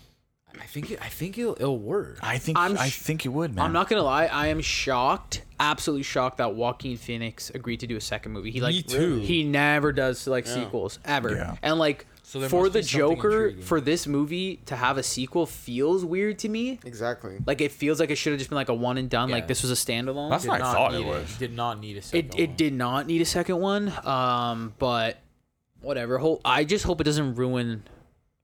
[SPEAKER 1] I think it, I think it'll, it'll work.
[SPEAKER 4] I think
[SPEAKER 3] I'm
[SPEAKER 4] I
[SPEAKER 3] sh-
[SPEAKER 4] think it would, man.
[SPEAKER 3] I'm not gonna lie. I am shocked, absolutely shocked that Joaquin Phoenix agreed to do a second movie. He like
[SPEAKER 1] Me too.
[SPEAKER 3] he never does like sequels ever,
[SPEAKER 4] Yeah.
[SPEAKER 3] and like
[SPEAKER 1] So there
[SPEAKER 3] for
[SPEAKER 1] must
[SPEAKER 3] the
[SPEAKER 1] be something
[SPEAKER 3] Joker
[SPEAKER 1] intriguing.
[SPEAKER 3] for this movie to have a sequel feels weird to me.
[SPEAKER 2] Exactly.
[SPEAKER 3] Like it feels like it should have just been like a one and done.
[SPEAKER 1] Yeah.
[SPEAKER 3] Like this was a standalone.
[SPEAKER 4] That's
[SPEAKER 1] Did
[SPEAKER 4] what I
[SPEAKER 1] not
[SPEAKER 4] thought it
[SPEAKER 1] need
[SPEAKER 4] was.
[SPEAKER 1] Did not need a second
[SPEAKER 3] it
[SPEAKER 1] one.
[SPEAKER 3] it did not need a second one. Um, but whatever. Ho- I just hope it doesn't ruin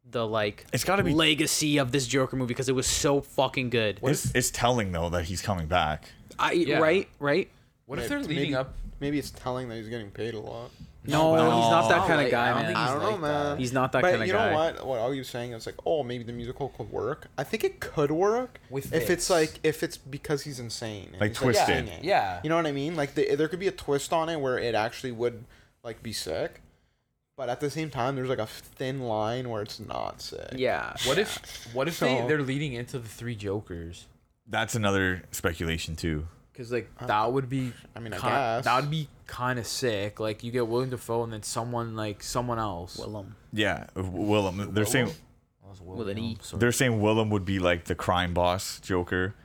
[SPEAKER 3] the like
[SPEAKER 4] It's gotta be-
[SPEAKER 3] legacy of this Joker movie because it was so fucking good.
[SPEAKER 4] It's, it's telling though that he's coming back.
[SPEAKER 3] I
[SPEAKER 1] Yeah.
[SPEAKER 3] right right.
[SPEAKER 1] What if they're leading
[SPEAKER 2] maybe,
[SPEAKER 1] up?
[SPEAKER 2] Maybe it's telling that he's getting paid a lot.
[SPEAKER 3] No, he's not that
[SPEAKER 1] No,
[SPEAKER 3] kind
[SPEAKER 1] like,
[SPEAKER 3] of guy,
[SPEAKER 1] I don't
[SPEAKER 3] man.
[SPEAKER 1] think
[SPEAKER 2] I
[SPEAKER 1] He's
[SPEAKER 2] don't know,
[SPEAKER 1] like that.
[SPEAKER 2] man.
[SPEAKER 3] He's not that
[SPEAKER 2] but
[SPEAKER 3] kinda
[SPEAKER 2] you
[SPEAKER 3] guy.
[SPEAKER 2] know what? What I was saying, I was like, oh, maybe the musical could work. I think it could work
[SPEAKER 1] With
[SPEAKER 2] if
[SPEAKER 1] this.
[SPEAKER 2] it's like if it's because he's insane, and
[SPEAKER 4] Like
[SPEAKER 2] he's,
[SPEAKER 4] twisted.
[SPEAKER 2] singing.
[SPEAKER 1] Yeah.
[SPEAKER 2] you know what I mean. Like the, there could be a twist on it where it actually would like be sick, but at the same time, there's like a thin line where it's not sick.
[SPEAKER 3] Yeah.
[SPEAKER 1] What if what if they,
[SPEAKER 2] So-
[SPEAKER 1] they're leading into the three Jokers?
[SPEAKER 4] That's another speculation too.
[SPEAKER 1] Because like that would be.
[SPEAKER 2] I mean, I
[SPEAKER 1] ki-
[SPEAKER 2] guess.
[SPEAKER 1] that would be kind of sick. Like you get William Defoe and then someone like someone else.
[SPEAKER 3] Willem?
[SPEAKER 4] Yeah, Willem. They're saying
[SPEAKER 1] That was
[SPEAKER 3] With an E.
[SPEAKER 1] William, sorry.
[SPEAKER 4] they're saying Willem would be like the crime boss Joker,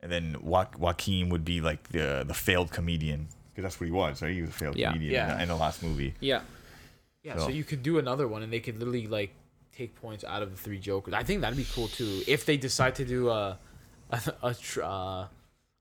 [SPEAKER 4] and then jo- Joaquin would be like the the failed comedian because that's what he was. Right? He was a failed
[SPEAKER 3] Yeah.
[SPEAKER 4] comedian In,
[SPEAKER 1] Yeah.
[SPEAKER 4] the, in the last movie.
[SPEAKER 3] Yeah.
[SPEAKER 1] Yeah, so
[SPEAKER 4] So-
[SPEAKER 1] you could do another one, and they could literally like take points out of the three Jokers. I think that'd be cool too if they decide to do a a a, tr- uh,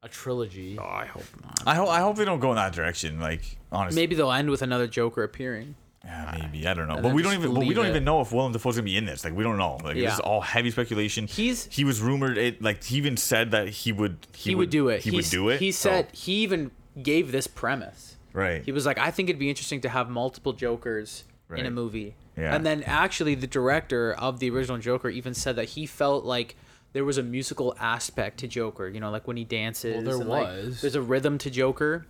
[SPEAKER 1] a trilogy.
[SPEAKER 3] I hope not.
[SPEAKER 4] I hope I hope they don't go in that direction. Like honestly,
[SPEAKER 3] Maybe they'll end with another Joker appearing.
[SPEAKER 4] Yeah, maybe I don't know,
[SPEAKER 3] And
[SPEAKER 4] but
[SPEAKER 3] then
[SPEAKER 4] we don't
[SPEAKER 3] just
[SPEAKER 4] even but we
[SPEAKER 3] leave
[SPEAKER 4] don't
[SPEAKER 3] it.
[SPEAKER 4] even know if Willem Dafoe's gonna be in this. Like we don't know. Like this
[SPEAKER 3] Yeah.
[SPEAKER 4] is all heavy speculation.
[SPEAKER 3] He's-
[SPEAKER 4] he was rumored it. Like he even said that he would
[SPEAKER 3] He, would, do it.
[SPEAKER 4] He
[SPEAKER 3] He's-
[SPEAKER 4] would do it. Oh.
[SPEAKER 3] He
[SPEAKER 4] so-
[SPEAKER 3] said he even gave this premise.
[SPEAKER 4] right.
[SPEAKER 3] He was like, I think it'd be interesting to have multiple Jokers in a
[SPEAKER 4] Right.
[SPEAKER 3] movie.
[SPEAKER 4] Yeah.
[SPEAKER 3] And then actually, the director of the original Joker even said that he felt like there was a musical aspect to Joker. You know, like when he dances.
[SPEAKER 1] Well, there
[SPEAKER 3] and, like,
[SPEAKER 1] was.
[SPEAKER 3] there's a rhythm to Joker.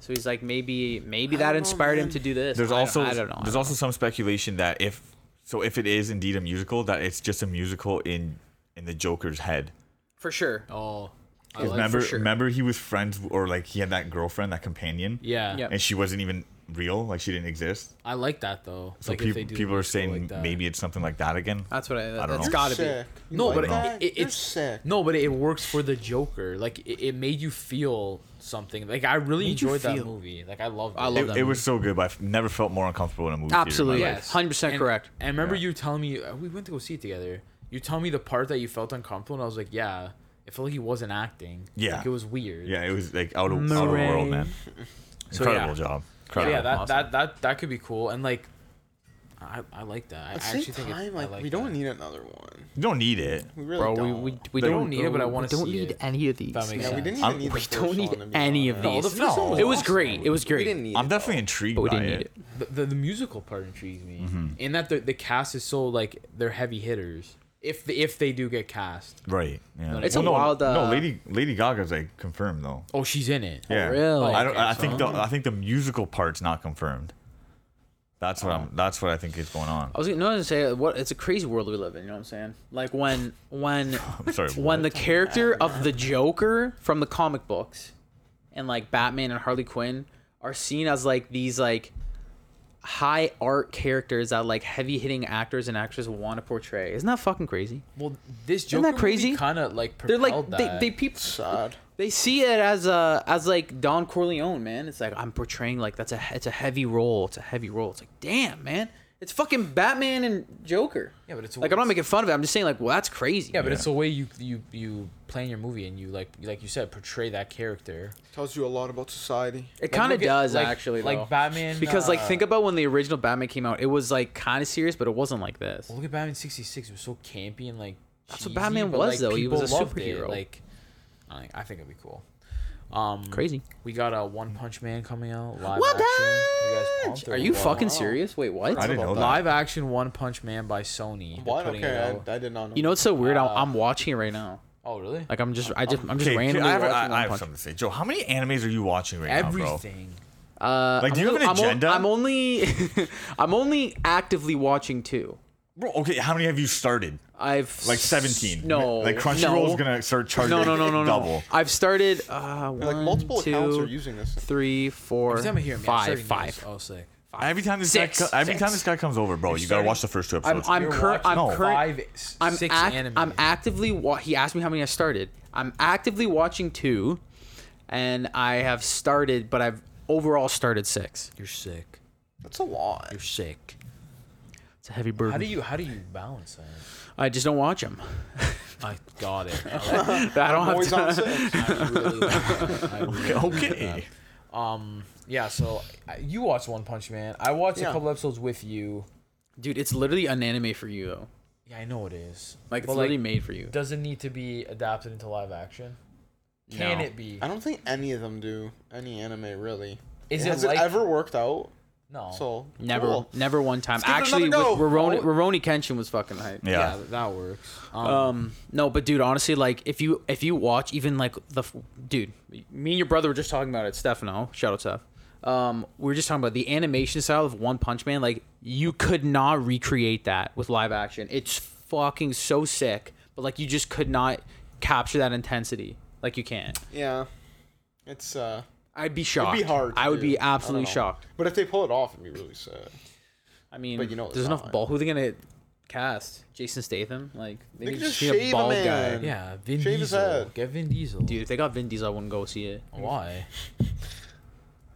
[SPEAKER 3] So he's like, maybe, maybe that
[SPEAKER 2] know,
[SPEAKER 3] inspired him
[SPEAKER 2] man.
[SPEAKER 3] to do this.
[SPEAKER 4] there's
[SPEAKER 3] I don't-
[SPEAKER 4] also
[SPEAKER 3] I don't know.
[SPEAKER 4] there's also some speculation that if so if it is indeed a musical that it's just a musical in in the Joker's head.
[SPEAKER 3] for sure.
[SPEAKER 1] Oh, I like-
[SPEAKER 4] remember
[SPEAKER 3] sure.
[SPEAKER 4] remember he was friends or like he had that girlfriend that companion.
[SPEAKER 1] yeah,
[SPEAKER 3] Yeah.
[SPEAKER 4] and she wasn't even real. Like she didn't exist.
[SPEAKER 1] I like that though.
[SPEAKER 4] So
[SPEAKER 1] like
[SPEAKER 4] peop-
[SPEAKER 1] if they do
[SPEAKER 4] people are
[SPEAKER 1] musical
[SPEAKER 4] saying
[SPEAKER 1] like that.
[SPEAKER 4] maybe it's something like that again.
[SPEAKER 3] That's what I.
[SPEAKER 4] don't
[SPEAKER 3] that's
[SPEAKER 4] know.
[SPEAKER 3] gotta
[SPEAKER 2] sick.
[SPEAKER 3] be.
[SPEAKER 2] You
[SPEAKER 1] No,
[SPEAKER 2] like
[SPEAKER 1] but
[SPEAKER 2] that?
[SPEAKER 1] it, it,
[SPEAKER 2] You're
[SPEAKER 1] it's
[SPEAKER 2] sick.
[SPEAKER 1] No, but it works for the Joker. Like it, it made you feel something. Like I really
[SPEAKER 3] Made you
[SPEAKER 1] enjoyed that
[SPEAKER 3] feel.
[SPEAKER 1] movie. Like I loved.
[SPEAKER 3] I
[SPEAKER 1] it. Oh,
[SPEAKER 3] love
[SPEAKER 4] It,
[SPEAKER 3] that
[SPEAKER 4] it was so good, but I've never felt more uncomfortable in a movie. theater in my
[SPEAKER 3] Absolutely.
[SPEAKER 4] life.
[SPEAKER 1] Yes,
[SPEAKER 3] 100%
[SPEAKER 1] And-
[SPEAKER 3] correct.
[SPEAKER 1] And remember,
[SPEAKER 4] Yeah.
[SPEAKER 1] you telling me uh, we went to go see it together. You tell me the part that you felt uncomfortable, and I was like, yeah, it felt like he wasn't acting.
[SPEAKER 4] Yeah.
[SPEAKER 1] like, it was weird.
[SPEAKER 4] Yeah, it was like out of, out of the world, man.
[SPEAKER 1] So,
[SPEAKER 4] Incredible
[SPEAKER 1] yeah.
[SPEAKER 4] job.
[SPEAKER 1] So,
[SPEAKER 4] Incredible.
[SPEAKER 1] yeah, that,
[SPEAKER 3] Awesome.
[SPEAKER 1] that that that could be cool, and like, I I like that. I
[SPEAKER 2] At the
[SPEAKER 1] actually
[SPEAKER 2] same
[SPEAKER 1] think it-
[SPEAKER 2] time,
[SPEAKER 1] I
[SPEAKER 2] like, we don't
[SPEAKER 1] that.
[SPEAKER 2] need another one.
[SPEAKER 4] you don't need it.
[SPEAKER 2] We really
[SPEAKER 3] Bro,
[SPEAKER 2] don't.
[SPEAKER 3] we, we, we
[SPEAKER 1] They
[SPEAKER 3] don't,
[SPEAKER 1] don't need it, but I
[SPEAKER 3] we
[SPEAKER 1] wanna
[SPEAKER 3] Don't
[SPEAKER 1] see
[SPEAKER 3] need
[SPEAKER 1] it.
[SPEAKER 3] any of these.
[SPEAKER 1] That makes
[SPEAKER 2] yeah, we
[SPEAKER 1] sense.
[SPEAKER 2] didn't even
[SPEAKER 4] I'm-
[SPEAKER 2] need.
[SPEAKER 4] we
[SPEAKER 2] the
[SPEAKER 3] don't
[SPEAKER 2] first
[SPEAKER 3] need
[SPEAKER 2] one, to be
[SPEAKER 3] any of
[SPEAKER 2] honest.
[SPEAKER 3] these.
[SPEAKER 1] No, the first one was
[SPEAKER 3] It was
[SPEAKER 1] awesome.
[SPEAKER 3] great. It was
[SPEAKER 2] We
[SPEAKER 3] great.
[SPEAKER 2] didn't need.
[SPEAKER 4] I'm
[SPEAKER 2] it,
[SPEAKER 4] definitely
[SPEAKER 2] though.
[SPEAKER 4] intrigued
[SPEAKER 3] but we
[SPEAKER 4] by
[SPEAKER 3] didn't
[SPEAKER 4] it.
[SPEAKER 3] need it.
[SPEAKER 1] The, the, the musical part intrigues me, in that the, the cast is so like they're heavy hitters. If the, if they do get cast,
[SPEAKER 4] Right. Yeah.
[SPEAKER 1] It's
[SPEAKER 3] a
[SPEAKER 4] no,
[SPEAKER 3] wild, uh,
[SPEAKER 4] no, Lady Lady Gaga's like confirmed though.
[SPEAKER 1] oh, she's in it.
[SPEAKER 4] Yeah.
[SPEAKER 3] really?
[SPEAKER 4] I don't.
[SPEAKER 1] Okay,
[SPEAKER 4] I think the I think the musical part's not confirmed. That's what I'm. That's what I think is going on.
[SPEAKER 3] Oh. I was gonna, no, I was gonna say what it's a crazy world we live in. You know what I'm saying? Like when when
[SPEAKER 4] I'm sorry.
[SPEAKER 3] when the character of the Joker from the comic books and like Batman and Harley Quinn are seen as like these like high art characters that like heavy hitting actors and actresses want to portray. Isn't that fucking crazy?
[SPEAKER 1] Well, this
[SPEAKER 3] Isn't
[SPEAKER 1] Joker
[SPEAKER 3] that crazy?
[SPEAKER 1] kind of like
[SPEAKER 3] They're
[SPEAKER 1] propelled
[SPEAKER 3] like they
[SPEAKER 1] that.
[SPEAKER 3] they people
[SPEAKER 2] sad.
[SPEAKER 3] they see it as a as like Don Corleone, man. It's like I'm portraying like that's a it's a heavy role. It's a heavy role. It's like damn, man. It's fucking Batman and Joker.
[SPEAKER 1] Yeah, but it's-
[SPEAKER 3] like I'm not making fun of it. I'm just saying like, well, that's crazy.
[SPEAKER 1] Yeah, but it's the way you you you plan your movie and you like like you said portray that character.
[SPEAKER 2] Tells you a lot about society.
[SPEAKER 3] it kind of
[SPEAKER 1] look at-
[SPEAKER 3] does
[SPEAKER 1] like-
[SPEAKER 3] actually.
[SPEAKER 1] like
[SPEAKER 3] though.
[SPEAKER 1] Batman,
[SPEAKER 3] Because like
[SPEAKER 1] uh,
[SPEAKER 3] think about when the original Batman came out. It was like kind of serious, but it wasn't like this.
[SPEAKER 1] Look at Batman '66; it was so campy and like.
[SPEAKER 3] That's what
[SPEAKER 1] cheesy,
[SPEAKER 3] Batman
[SPEAKER 1] but,
[SPEAKER 3] was,
[SPEAKER 1] like,
[SPEAKER 3] though. He was
[SPEAKER 1] people
[SPEAKER 3] a
[SPEAKER 1] loved it.
[SPEAKER 3] superhero.
[SPEAKER 1] Like, I, I think it'd be cool. Um,
[SPEAKER 3] Crazy.
[SPEAKER 1] We got a One Punch Man coming out live
[SPEAKER 3] One
[SPEAKER 1] action. You guys pumped or
[SPEAKER 3] Are you
[SPEAKER 1] what?
[SPEAKER 3] fucking serious? Wait, what?
[SPEAKER 4] I didn't know that.
[SPEAKER 1] Live action One Punch Man by Sony. They're
[SPEAKER 2] What?
[SPEAKER 1] putting it
[SPEAKER 2] Okay,
[SPEAKER 1] out.
[SPEAKER 2] I, I did not know.
[SPEAKER 3] You know what's so weird? I'm, I'm watching it right now.
[SPEAKER 1] oh really?
[SPEAKER 3] Like I'm just I just I'm just
[SPEAKER 4] Okay,
[SPEAKER 3] randomly
[SPEAKER 4] I have,
[SPEAKER 3] watching
[SPEAKER 4] I-
[SPEAKER 3] One
[SPEAKER 4] I have
[SPEAKER 3] Punch
[SPEAKER 4] something to say, Joe. How many animes are you watching right now, bro?
[SPEAKER 1] Everything.
[SPEAKER 3] Uh,
[SPEAKER 4] Like, do
[SPEAKER 3] I'm
[SPEAKER 4] you have
[SPEAKER 3] only-
[SPEAKER 4] an agenda?
[SPEAKER 3] I'm, on- I'm only, I'm only actively watching two.
[SPEAKER 4] Bro, okay, how many have you started?
[SPEAKER 3] I've
[SPEAKER 4] Like
[SPEAKER 3] s-
[SPEAKER 4] 17.
[SPEAKER 3] No,
[SPEAKER 4] Like Crunchyroll
[SPEAKER 3] no.
[SPEAKER 4] is going to start charging
[SPEAKER 3] No, no, no, no, no.
[SPEAKER 4] double.
[SPEAKER 3] I've started uh, one,
[SPEAKER 2] like multiple
[SPEAKER 3] two,
[SPEAKER 2] accounts are using this.
[SPEAKER 3] three, four,
[SPEAKER 1] Every time I hear him, yeah,
[SPEAKER 3] five,
[SPEAKER 1] starting
[SPEAKER 3] five.
[SPEAKER 1] News. Oh, sick.
[SPEAKER 4] Every time this
[SPEAKER 3] Six,
[SPEAKER 4] guy co- every
[SPEAKER 3] six.
[SPEAKER 4] time this guy comes over, bro, you got to
[SPEAKER 1] starting-
[SPEAKER 4] watch the first two
[SPEAKER 3] I'm
[SPEAKER 4] episodes.
[SPEAKER 3] I'm,
[SPEAKER 1] You're
[SPEAKER 3] cur- I'm
[SPEAKER 1] watching
[SPEAKER 3] current.
[SPEAKER 1] five, s-
[SPEAKER 3] I'm
[SPEAKER 1] six
[SPEAKER 3] act-
[SPEAKER 1] anime.
[SPEAKER 3] I'm actively. Wa- he asked me how many I started. I'm actively watching two, and I have started, but I've overall started six.
[SPEAKER 1] You're sick.
[SPEAKER 2] That's a lot.
[SPEAKER 1] You're sick.
[SPEAKER 3] It's a heavy burden.
[SPEAKER 1] How do you how do you balance that?
[SPEAKER 3] I just don't watch them.
[SPEAKER 1] I got it.
[SPEAKER 3] I don't have
[SPEAKER 2] Always
[SPEAKER 3] to.
[SPEAKER 2] on six.
[SPEAKER 1] I really like it. I really
[SPEAKER 4] Okay,
[SPEAKER 1] like
[SPEAKER 4] okay.
[SPEAKER 1] that. Um. Yeah. So I- you watched One Punch Man. I watched
[SPEAKER 2] Yeah.
[SPEAKER 1] a couple episodes with you.
[SPEAKER 3] Dude, it's literally an anime for you though.
[SPEAKER 1] Yeah, I know it is.
[SPEAKER 3] Like it's
[SPEAKER 1] But,
[SPEAKER 3] literally made for you.
[SPEAKER 1] does it need to be adapted into live action? Can
[SPEAKER 3] No.
[SPEAKER 1] it be?
[SPEAKER 2] I don't think any of them do any anime really.
[SPEAKER 1] Is
[SPEAKER 2] Has
[SPEAKER 1] it like
[SPEAKER 2] it ever worked out?
[SPEAKER 1] no?
[SPEAKER 2] So
[SPEAKER 3] Never,
[SPEAKER 2] cool.
[SPEAKER 3] never one time.
[SPEAKER 2] give it
[SPEAKER 3] Actually, with
[SPEAKER 2] another go. Oh.
[SPEAKER 3] Roroni, Roroni Kenshin was fucking hype.
[SPEAKER 1] yeah,
[SPEAKER 4] Yeah.
[SPEAKER 1] th- that works. Um,
[SPEAKER 3] Um, no, but dude, honestly, like if you if you watch even like the f- dude, me and your brother were just talking about it, Stefano. Shout out Steph. Um, we were just talking about the animation style of One Punch Man. Like you could not recreate that with live action. It's fucking so sick, but like you just could not capture that intensity. Like you can't.
[SPEAKER 2] Yeah. It's uh
[SPEAKER 3] I'd be shocked.
[SPEAKER 2] it'd be hard.
[SPEAKER 3] I would
[SPEAKER 2] to do.
[SPEAKER 3] be
[SPEAKER 2] don't
[SPEAKER 3] absolutely
[SPEAKER 2] know.
[SPEAKER 3] shocked.
[SPEAKER 2] But if they pull it off it'd be really sad.
[SPEAKER 3] I mean,
[SPEAKER 2] But you know it's
[SPEAKER 3] there's
[SPEAKER 2] not
[SPEAKER 3] enough
[SPEAKER 2] like-
[SPEAKER 3] ball. Who are they gonna cast? Jason Statham? Like they,
[SPEAKER 2] They
[SPEAKER 3] need
[SPEAKER 2] could
[SPEAKER 3] to
[SPEAKER 2] just
[SPEAKER 3] see a
[SPEAKER 2] shave a
[SPEAKER 3] bald guy.
[SPEAKER 2] man.
[SPEAKER 1] yeah, Vin
[SPEAKER 2] Shave his
[SPEAKER 1] Diesel.
[SPEAKER 2] head.
[SPEAKER 1] Get Vin Diesel.
[SPEAKER 3] Dude, if they got Vin Diesel, I wouldn't go see it.
[SPEAKER 1] why? Why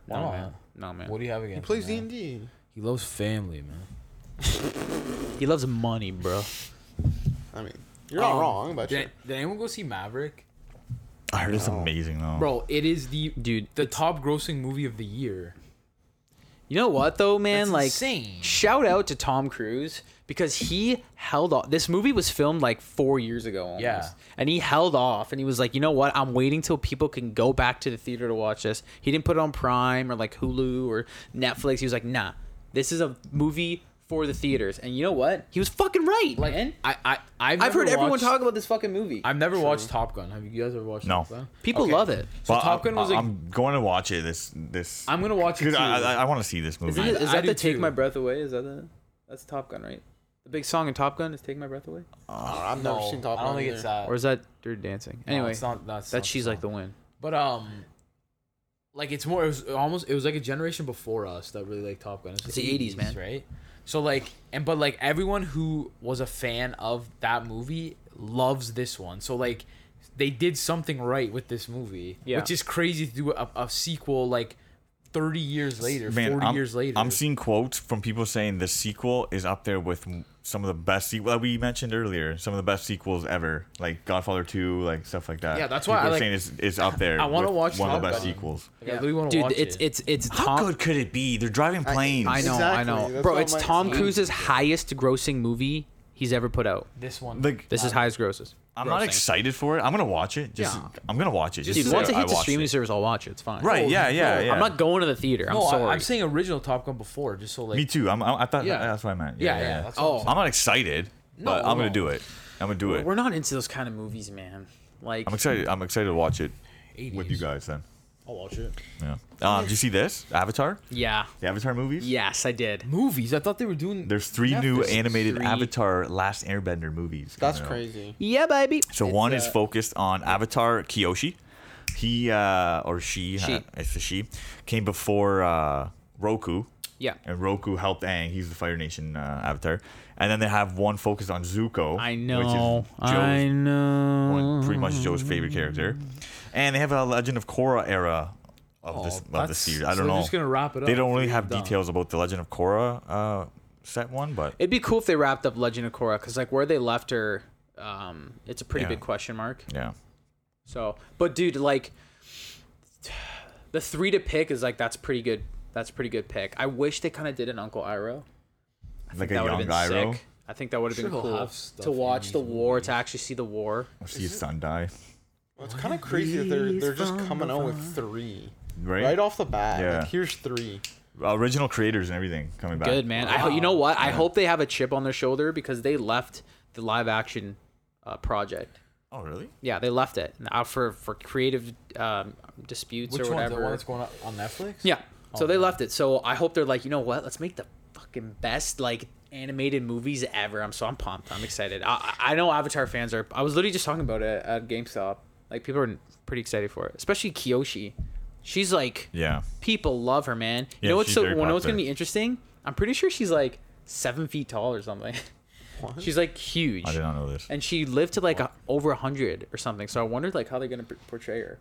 [SPEAKER 3] No,
[SPEAKER 1] not?
[SPEAKER 3] man. No, man.
[SPEAKER 1] What do you have
[SPEAKER 2] He
[SPEAKER 1] against?
[SPEAKER 2] plays D
[SPEAKER 1] him, man?
[SPEAKER 2] and D.
[SPEAKER 1] He loves family, man.
[SPEAKER 3] He loves money, bro.
[SPEAKER 2] I mean you're not
[SPEAKER 1] Um,
[SPEAKER 2] wrong, but
[SPEAKER 1] Did, did anyone go see Maverick?
[SPEAKER 4] I heard it's amazing though.
[SPEAKER 1] Bro, it is the
[SPEAKER 3] Dude,
[SPEAKER 1] the top grossing movie of the year.
[SPEAKER 3] You know what though, man?
[SPEAKER 1] That's
[SPEAKER 3] like,
[SPEAKER 1] insane.
[SPEAKER 3] shout out to Tom Cruise because he held off. This movie was filmed like four years ago, almost.
[SPEAKER 1] Yeah.
[SPEAKER 3] and he held off, and he was like, you know what? I'm waiting till people can go back to the theater to watch this. He didn't put it on Prime or like Hulu or Netflix. He was like, nah, this is a movie for the theaters. And you know what? He was fucking right,
[SPEAKER 1] Like,
[SPEAKER 3] man.
[SPEAKER 1] I I I've,
[SPEAKER 3] I've heard
[SPEAKER 1] never
[SPEAKER 3] everyone
[SPEAKER 1] watched-
[SPEAKER 3] talk about this fucking movie.
[SPEAKER 1] I've never watched Top Gun. Have you guys ever watched
[SPEAKER 4] No.
[SPEAKER 1] Top Gun?
[SPEAKER 3] People
[SPEAKER 1] Okay.
[SPEAKER 3] love it.
[SPEAKER 4] But
[SPEAKER 1] Top Gun was
[SPEAKER 4] I,
[SPEAKER 1] like-
[SPEAKER 4] I'm going to watch it this this
[SPEAKER 1] I'm gonna watch it
[SPEAKER 4] because
[SPEAKER 1] too.
[SPEAKER 4] I, I, I want to see this
[SPEAKER 3] Is,
[SPEAKER 4] movie.
[SPEAKER 3] it, is
[SPEAKER 1] I
[SPEAKER 3] that
[SPEAKER 1] do
[SPEAKER 3] the Take
[SPEAKER 1] too.
[SPEAKER 3] My Breath Away? Is that the that's Top Gun, right? The big song in Top Gun is Take My Breath Away,
[SPEAKER 4] Uh,
[SPEAKER 2] I've
[SPEAKER 1] no,
[SPEAKER 2] never seen Top
[SPEAKER 1] I don't
[SPEAKER 2] Gun
[SPEAKER 1] think
[SPEAKER 2] either.
[SPEAKER 1] it's that.
[SPEAKER 3] or is that Dirty Dancing?
[SPEAKER 1] No,
[SPEAKER 3] Anyway,
[SPEAKER 1] it's not. That's
[SPEAKER 3] That she's like the win.
[SPEAKER 1] But um, like it's more. It was almost. It was like a generation before us that really liked Top Gun. It's
[SPEAKER 3] the 80s, man.
[SPEAKER 1] right? So like, and but like everyone who was a fan of that movie loves this one. So like, they did something right with this movie,
[SPEAKER 3] Yeah.
[SPEAKER 1] which is crazy to do a, a sequel like thirty years later,
[SPEAKER 4] Man,
[SPEAKER 1] 40
[SPEAKER 4] I'm,
[SPEAKER 1] years later.
[SPEAKER 4] I'm seeing quotes from people saying the sequel is up there with m- some of the best sequel that we mentioned earlier. Some of the best sequels ever, like Godfather Two, like stuff like that.
[SPEAKER 1] Yeah, that's
[SPEAKER 4] people
[SPEAKER 1] why I,
[SPEAKER 4] are
[SPEAKER 1] like-
[SPEAKER 4] saying it's, it's up there.
[SPEAKER 1] I wanna
[SPEAKER 4] with
[SPEAKER 1] watch
[SPEAKER 4] one of the
[SPEAKER 1] Top
[SPEAKER 4] best
[SPEAKER 1] Gun.
[SPEAKER 4] sequels.
[SPEAKER 1] Like, I really want to
[SPEAKER 3] Dude,
[SPEAKER 1] watch
[SPEAKER 3] it's
[SPEAKER 1] it.
[SPEAKER 3] it's it's
[SPEAKER 4] How
[SPEAKER 3] Tom.
[SPEAKER 4] good could it be? They're driving planes.
[SPEAKER 3] I know, I
[SPEAKER 2] Exactly,
[SPEAKER 3] know,
[SPEAKER 2] that's
[SPEAKER 3] bro.
[SPEAKER 2] what
[SPEAKER 3] It's
[SPEAKER 2] my-
[SPEAKER 3] Tom
[SPEAKER 2] Yeah.
[SPEAKER 3] Cruise's highest grossing movie he's ever put out.
[SPEAKER 1] this one.
[SPEAKER 4] Like,
[SPEAKER 3] This is highest grosses.
[SPEAKER 4] I'm not excited for it. I'm gonna watch it. Just
[SPEAKER 3] Yeah.
[SPEAKER 4] I'm gonna watch it. Just
[SPEAKER 3] Dude,
[SPEAKER 4] to say
[SPEAKER 3] once it
[SPEAKER 4] I
[SPEAKER 3] hits the
[SPEAKER 4] watched
[SPEAKER 3] streaming service, I'll watch it. It's fine.
[SPEAKER 4] Right? Yeah, yeah, yeah.
[SPEAKER 3] I'm not going to the theater. I'm
[SPEAKER 1] no, I,
[SPEAKER 3] sorry.
[SPEAKER 1] I'm saying original Top Gun before, just so like.
[SPEAKER 4] Me too. I'm, I, I thought
[SPEAKER 1] Yeah.
[SPEAKER 4] that's what I meant.
[SPEAKER 1] Yeah, yeah. That's
[SPEAKER 3] Oh.
[SPEAKER 1] oh,
[SPEAKER 4] I'm not excited, but
[SPEAKER 1] No,
[SPEAKER 4] I'm gonna
[SPEAKER 1] no.
[SPEAKER 4] do it. I'm gonna do it.
[SPEAKER 3] We're not into those kind of movies, man. Like,
[SPEAKER 4] I'm excited. I'm excited to watch it
[SPEAKER 1] 80s.
[SPEAKER 4] with you guys then.
[SPEAKER 1] I'll watch it.
[SPEAKER 4] Yeah. Um, did you see this Avatar?
[SPEAKER 3] yeah,
[SPEAKER 4] The Avatar movies.
[SPEAKER 3] yes, I did.
[SPEAKER 1] Movies. I thought they were doing.
[SPEAKER 4] There's three new
[SPEAKER 1] Netflix.
[SPEAKER 4] animated
[SPEAKER 3] three.
[SPEAKER 4] Avatar Last Airbender movies.
[SPEAKER 2] That's
[SPEAKER 4] coming out.
[SPEAKER 2] crazy.
[SPEAKER 3] Yeah, baby.
[SPEAKER 4] So one is
[SPEAKER 2] uh,
[SPEAKER 4] focused on Avatar Kyoshi. He uh, or she,
[SPEAKER 3] She.
[SPEAKER 4] Uh, it's a she, came before uh, Roku,
[SPEAKER 3] Yeah,
[SPEAKER 4] and Roku helped Aang. He's the Fire Nation uh, Avatar. And then they have one focused on Zuko.
[SPEAKER 3] I
[SPEAKER 4] Which
[SPEAKER 3] know.
[SPEAKER 4] is Joe's,
[SPEAKER 3] I know.
[SPEAKER 4] one- pretty much Joe's favorite character. And they have a Legend of Korra era of this of the
[SPEAKER 1] that's-
[SPEAKER 4] series. I
[SPEAKER 1] so
[SPEAKER 4] don't
[SPEAKER 1] they're
[SPEAKER 4] know.
[SPEAKER 1] just gonna wrap it
[SPEAKER 4] They
[SPEAKER 1] up
[SPEAKER 4] don't
[SPEAKER 1] and
[SPEAKER 4] really
[SPEAKER 1] be
[SPEAKER 4] have
[SPEAKER 1] done.
[SPEAKER 4] details about the Legend of Korra uh, set one, but
[SPEAKER 3] It'd be cool if they wrapped up Legend of Korra because, like, where they left her, um, it's a pretty
[SPEAKER 4] Yeah.
[SPEAKER 3] big question mark.
[SPEAKER 4] yeah.
[SPEAKER 3] So, but dude, like the three to pick is like that's pretty good. That's pretty good pick. I wish they kind of did an Uncle Iroh.
[SPEAKER 4] Like a
[SPEAKER 3] That would have been
[SPEAKER 4] young Iroh.
[SPEAKER 3] sick. I think that would have
[SPEAKER 1] Sure
[SPEAKER 3] been
[SPEAKER 1] they'll
[SPEAKER 3] cool
[SPEAKER 1] have stuff
[SPEAKER 3] to
[SPEAKER 1] in
[SPEAKER 3] watch the
[SPEAKER 1] these
[SPEAKER 3] war, to actually see the war.
[SPEAKER 4] see his son die.
[SPEAKER 2] Well, it's kind of crazy that they're they're just coming out with three
[SPEAKER 4] Right?
[SPEAKER 2] right, off the bat.
[SPEAKER 4] Yeah.
[SPEAKER 2] Like, here's three.
[SPEAKER 4] Original creators and everything coming back.
[SPEAKER 3] Good man. I hope you know what? I hope they have a chip on their shoulder because they left the live action uh, project.
[SPEAKER 4] Oh, really?
[SPEAKER 3] Yeah, they left it out for for creative um, disputes
[SPEAKER 1] Which
[SPEAKER 3] or
[SPEAKER 1] one?
[SPEAKER 3] whatever.
[SPEAKER 1] The one that's going up on Netflix?
[SPEAKER 3] Yeah. So they left it. So I hope they're like, you know what? Let's make the fucking best like animated movies ever. I'm so I'm pumped. I'm excited. I, I I know Avatar fans are. I was literally just talking about it at GameStop. Like people are pretty excited for it, especially Kiyoshi. She's like,
[SPEAKER 4] Yeah.
[SPEAKER 3] people love her, man. You
[SPEAKER 4] Yeah,
[SPEAKER 3] know what's
[SPEAKER 4] she's
[SPEAKER 3] so?
[SPEAKER 4] very
[SPEAKER 3] You know what's gonna
[SPEAKER 4] popular.
[SPEAKER 3] be interesting? I'm pretty sure she's like seven feet tall or something. She's like huge,
[SPEAKER 4] I did not know this.
[SPEAKER 3] and she lived to like a, over hundred or something. So I wondered like how they're gonna p- portray her,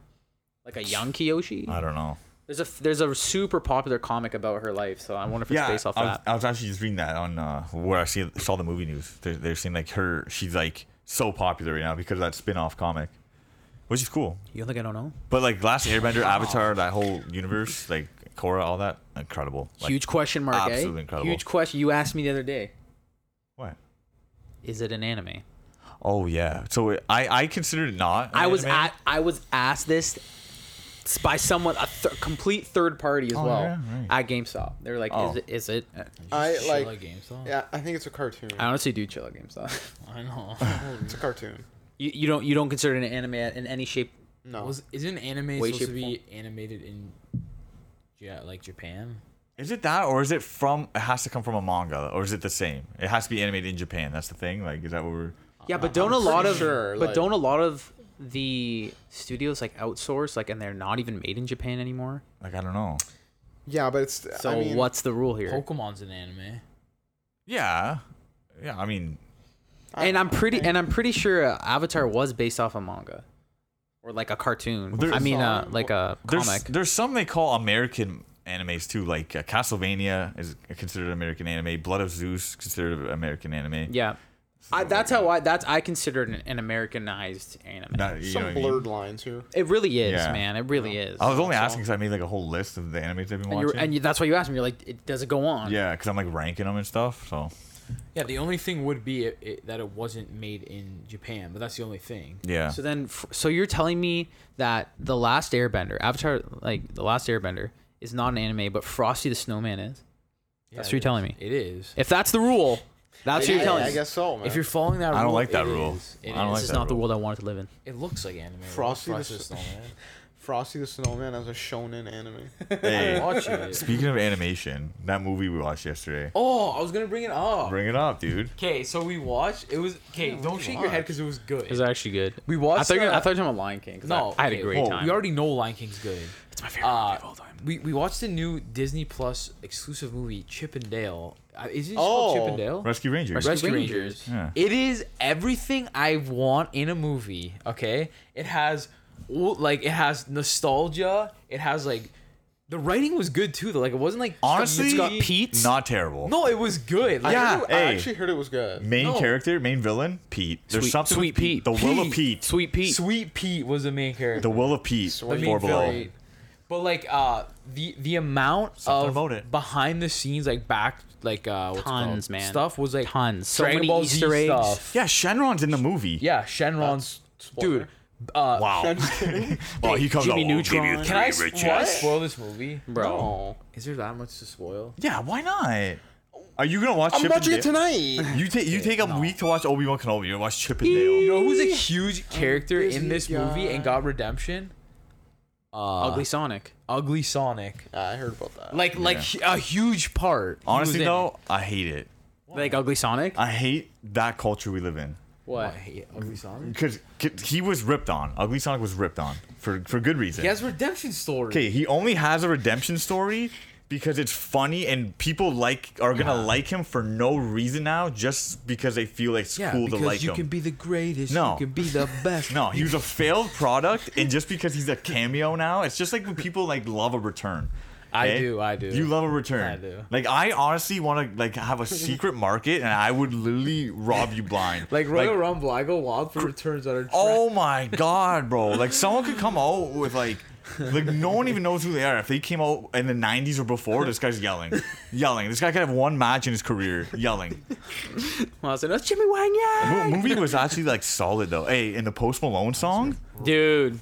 [SPEAKER 3] like a young Kiyoshi.
[SPEAKER 4] I don't know.
[SPEAKER 3] There's a there's a super popular comic about her life, so I wonder if it's
[SPEAKER 4] Yeah,
[SPEAKER 3] based off
[SPEAKER 4] I was,
[SPEAKER 3] that.
[SPEAKER 4] I was actually just reading that on uh, where I see, saw the movie news. They're, they're saying like her, she's like so popular right now because of that spin-off comic, which is cool.
[SPEAKER 3] You don't think I don't know?
[SPEAKER 4] But like Last Airbender, Avatar, that whole universe, like Korra, all that, incredible. Like,
[SPEAKER 3] Huge question mark. eh?
[SPEAKER 4] absolutely incredible.
[SPEAKER 3] Huge question. You asked me the other day.
[SPEAKER 4] What?
[SPEAKER 3] Is it an anime?
[SPEAKER 4] Oh yeah. So it, I I considered it not. an
[SPEAKER 3] I was
[SPEAKER 4] anime.
[SPEAKER 3] at. I was asked this by someone, a th- complete third party as
[SPEAKER 4] Oh,
[SPEAKER 3] well,
[SPEAKER 4] yeah, right.
[SPEAKER 3] at GameStop. They were like,
[SPEAKER 4] Oh.
[SPEAKER 3] "Is it? Is it?" uh,
[SPEAKER 2] I like.
[SPEAKER 1] Like GameStop.
[SPEAKER 2] Yeah, I think it's a cartoon.
[SPEAKER 3] I honestly do chill at GameStop.
[SPEAKER 1] I know.
[SPEAKER 2] It's a cartoon.
[SPEAKER 3] you, you don't you don't consider it an anime in any shape.
[SPEAKER 2] No.
[SPEAKER 1] Was isn't anime
[SPEAKER 3] Way,
[SPEAKER 1] supposed to
[SPEAKER 3] shape,
[SPEAKER 1] be animated in yeah, like Japan?
[SPEAKER 4] Is it that, or is it from? It has to come from a manga, or is it the same? It has to be animated in Japan. That's the thing. Like, is that what we're?
[SPEAKER 3] Yeah, but don't a lot
[SPEAKER 2] pretty
[SPEAKER 3] of
[SPEAKER 2] sure,
[SPEAKER 3] but
[SPEAKER 2] like-
[SPEAKER 3] don't a lot of the studios like outsource like and they're not even made in Japan anymore.
[SPEAKER 4] Like, I don't know.
[SPEAKER 2] yeah, but it's.
[SPEAKER 3] So
[SPEAKER 2] I mean,
[SPEAKER 3] what's the rule here?
[SPEAKER 1] Pokemon's an anime.
[SPEAKER 4] Yeah, yeah. I mean,
[SPEAKER 2] I-
[SPEAKER 3] and I'm pretty and I'm pretty sure uh, Avatar was based off a manga or like a cartoon.
[SPEAKER 4] there's-
[SPEAKER 3] I mean, uh,
[SPEAKER 2] Song-
[SPEAKER 3] like a
[SPEAKER 4] there's
[SPEAKER 3] comic.
[SPEAKER 4] there's some they call American animes too. Like uh, Castlevania is considered American anime. Blood of Zeus considered American anime.
[SPEAKER 3] yeah, I, that's how I that's I consider it an, an Americanized anime.
[SPEAKER 4] Not- you know
[SPEAKER 2] some
[SPEAKER 4] what I mean?
[SPEAKER 2] blurred lines here.
[SPEAKER 3] It really is,
[SPEAKER 4] Yeah.
[SPEAKER 3] man. It really is.
[SPEAKER 4] I was only asking because I made like a whole list of the animes I've been
[SPEAKER 3] and,
[SPEAKER 4] watching.
[SPEAKER 3] you're, and you, that's why you asked me. You're like, it, does it go on?
[SPEAKER 4] yeah, because I'm like ranking them and stuff. So
[SPEAKER 1] Yeah, the only thing would be it, it, that it wasn't made in Japan, but that's the only thing.
[SPEAKER 4] yeah,
[SPEAKER 3] So then, f- so you're telling me that the last Airbender, Avatar, like the last Airbender, is not an anime, but Frosty the Snowman is.
[SPEAKER 1] Yeah,
[SPEAKER 3] That's
[SPEAKER 1] it
[SPEAKER 3] what you're telling
[SPEAKER 1] is.
[SPEAKER 3] me.
[SPEAKER 1] It is.
[SPEAKER 3] If that's the rule, that's what
[SPEAKER 2] I,
[SPEAKER 3] you're telling
[SPEAKER 2] I
[SPEAKER 3] me.
[SPEAKER 2] guess so, man.
[SPEAKER 1] If you're following that, rule,
[SPEAKER 4] I don't like that
[SPEAKER 1] it
[SPEAKER 4] rule.
[SPEAKER 1] is. It
[SPEAKER 4] I don't
[SPEAKER 1] is.
[SPEAKER 4] like
[SPEAKER 3] This is
[SPEAKER 4] that
[SPEAKER 3] not the
[SPEAKER 4] rule.
[SPEAKER 3] world I wanted to live in.
[SPEAKER 1] It looks like anime. right?
[SPEAKER 2] Frosty the
[SPEAKER 1] Frosty the
[SPEAKER 2] S-
[SPEAKER 1] Snowman.
[SPEAKER 2] Frosty the Snowman as a shonen anime.
[SPEAKER 4] Hey.
[SPEAKER 1] Watch it.
[SPEAKER 4] Speaking of animation, that movie we watched yesterday.
[SPEAKER 1] Oh, I was gonna bring it up.
[SPEAKER 4] Bring it up, dude.
[SPEAKER 1] Okay, so we watched. It was okay. don't shake your head because it was good.
[SPEAKER 3] It's actually good.
[SPEAKER 1] We watched,
[SPEAKER 3] I thought, you I
[SPEAKER 1] uh,
[SPEAKER 3] thought you were talking about Lion King. 'cause
[SPEAKER 1] no,
[SPEAKER 3] I, I had a
[SPEAKER 1] okay,
[SPEAKER 3] great
[SPEAKER 4] whoa,
[SPEAKER 3] time.
[SPEAKER 1] we already know Lion King's good.
[SPEAKER 3] it's my favorite
[SPEAKER 1] Uh,
[SPEAKER 3] movie of all time.
[SPEAKER 1] we we watched the new Disney Plus exclusive movie Chip and Dale. Uh, Is it just
[SPEAKER 2] Oh.
[SPEAKER 1] called Chip and Dale?
[SPEAKER 4] Rescue Rangers.
[SPEAKER 1] Rescue
[SPEAKER 3] Rescue
[SPEAKER 1] Rangers.
[SPEAKER 3] Rangers.
[SPEAKER 4] Yeah.
[SPEAKER 1] It is everything I want in a movie. Okay, it has old- like it has nostalgia. It has like the writing was good too. Though, like it wasn't like
[SPEAKER 4] Honestly,
[SPEAKER 1] it's got
[SPEAKER 3] Pete's-
[SPEAKER 4] Not terrible.
[SPEAKER 1] No, it was good. Like,
[SPEAKER 4] Yeah,
[SPEAKER 2] I, heard- I
[SPEAKER 4] hey.
[SPEAKER 2] actually heard it was good.
[SPEAKER 4] Main
[SPEAKER 1] No.
[SPEAKER 4] character, main villain, Pete. There's
[SPEAKER 3] Sweet-
[SPEAKER 4] something
[SPEAKER 3] Sweet
[SPEAKER 4] with
[SPEAKER 3] Pete.
[SPEAKER 4] Pete. The will of
[SPEAKER 1] Pete.
[SPEAKER 4] Pete.
[SPEAKER 3] Sweet Pete.
[SPEAKER 1] Sweet Pete was the main character.
[SPEAKER 4] The will of Pete.
[SPEAKER 1] I
[SPEAKER 4] Sweet.
[SPEAKER 1] mean,
[SPEAKER 4] Four below.
[SPEAKER 1] Philly. But like uh the the amount
[SPEAKER 4] Something
[SPEAKER 1] of
[SPEAKER 4] about it.
[SPEAKER 1] behind the scenes like back like uh what's it called?
[SPEAKER 3] Tons, man.
[SPEAKER 1] stuff was like
[SPEAKER 3] Tons. So
[SPEAKER 1] Dragon
[SPEAKER 3] many
[SPEAKER 1] Ball
[SPEAKER 3] Easter
[SPEAKER 1] Z
[SPEAKER 3] eggs.
[SPEAKER 1] stuff.
[SPEAKER 4] Yeah, Shenron's in the movie.
[SPEAKER 1] Yeah, Shenron's dude.
[SPEAKER 2] spoiler.
[SPEAKER 1] Uh,
[SPEAKER 4] Wow. well, he comes
[SPEAKER 3] Jimmy
[SPEAKER 4] out. "We'll give you
[SPEAKER 3] Neutron.
[SPEAKER 4] three
[SPEAKER 1] Can I
[SPEAKER 4] riches."
[SPEAKER 1] what? spoil this movie?
[SPEAKER 3] Bro.
[SPEAKER 2] Oh.
[SPEAKER 1] Is there that much to spoil?
[SPEAKER 4] Yeah, why not? Are you gonna watch?
[SPEAKER 2] I'm
[SPEAKER 4] Chip
[SPEAKER 2] watching
[SPEAKER 4] and
[SPEAKER 2] it tonight.
[SPEAKER 4] Dale? You take you take a week to watch Obi Wan Kenobi. You watch Chip and Dale.
[SPEAKER 1] You know who's a huge character in
[SPEAKER 2] Disney
[SPEAKER 1] this movie and
[SPEAKER 2] guy.
[SPEAKER 1] got redemption? Uh,
[SPEAKER 3] Ugly Sonic.
[SPEAKER 1] Ugly Sonic.
[SPEAKER 2] Yeah, I heard about that.
[SPEAKER 1] Like like hu- a huge part. He was
[SPEAKER 4] Honestly
[SPEAKER 1] in it.
[SPEAKER 4] though, I hate it.
[SPEAKER 3] Like Ugly Sonic?
[SPEAKER 4] I hate that culture we live in.
[SPEAKER 1] I
[SPEAKER 3] what?
[SPEAKER 1] hate Ugly Sonic.
[SPEAKER 4] Because he was ripped on. Ugly Sonic was ripped on for for good reason.
[SPEAKER 1] He has a redemption story.
[SPEAKER 4] Okay, he only has a redemption story because it's funny and people like are gonna like him for no reason now, just because they feel it's cool to
[SPEAKER 1] because
[SPEAKER 4] like
[SPEAKER 1] you
[SPEAKER 4] him.
[SPEAKER 1] can be the greatest.
[SPEAKER 4] No.
[SPEAKER 1] you can be the best.
[SPEAKER 4] no, he was a failed product, and just because he's a cameo now, it's just like when people like love a return.
[SPEAKER 1] I
[SPEAKER 4] okay?
[SPEAKER 1] do, I do.
[SPEAKER 4] You love a return.
[SPEAKER 1] I do.
[SPEAKER 4] Like I honestly want to like have a secret market, and I would literally rob you blind.
[SPEAKER 1] like Royal Rumble, I go wild for returns that are.
[SPEAKER 4] Oh my god, bro! Like someone could come out with like, like no one even knows who they are. If they came out in the '90s or before, this guy's yelling, yelling. This guy could have one match in his career, yelling.
[SPEAKER 3] Well, I said, that's Jimmy Wang Yang.
[SPEAKER 4] Mo- movie was actually like solid though. Hey, in the Post Malone song,
[SPEAKER 3] Dude.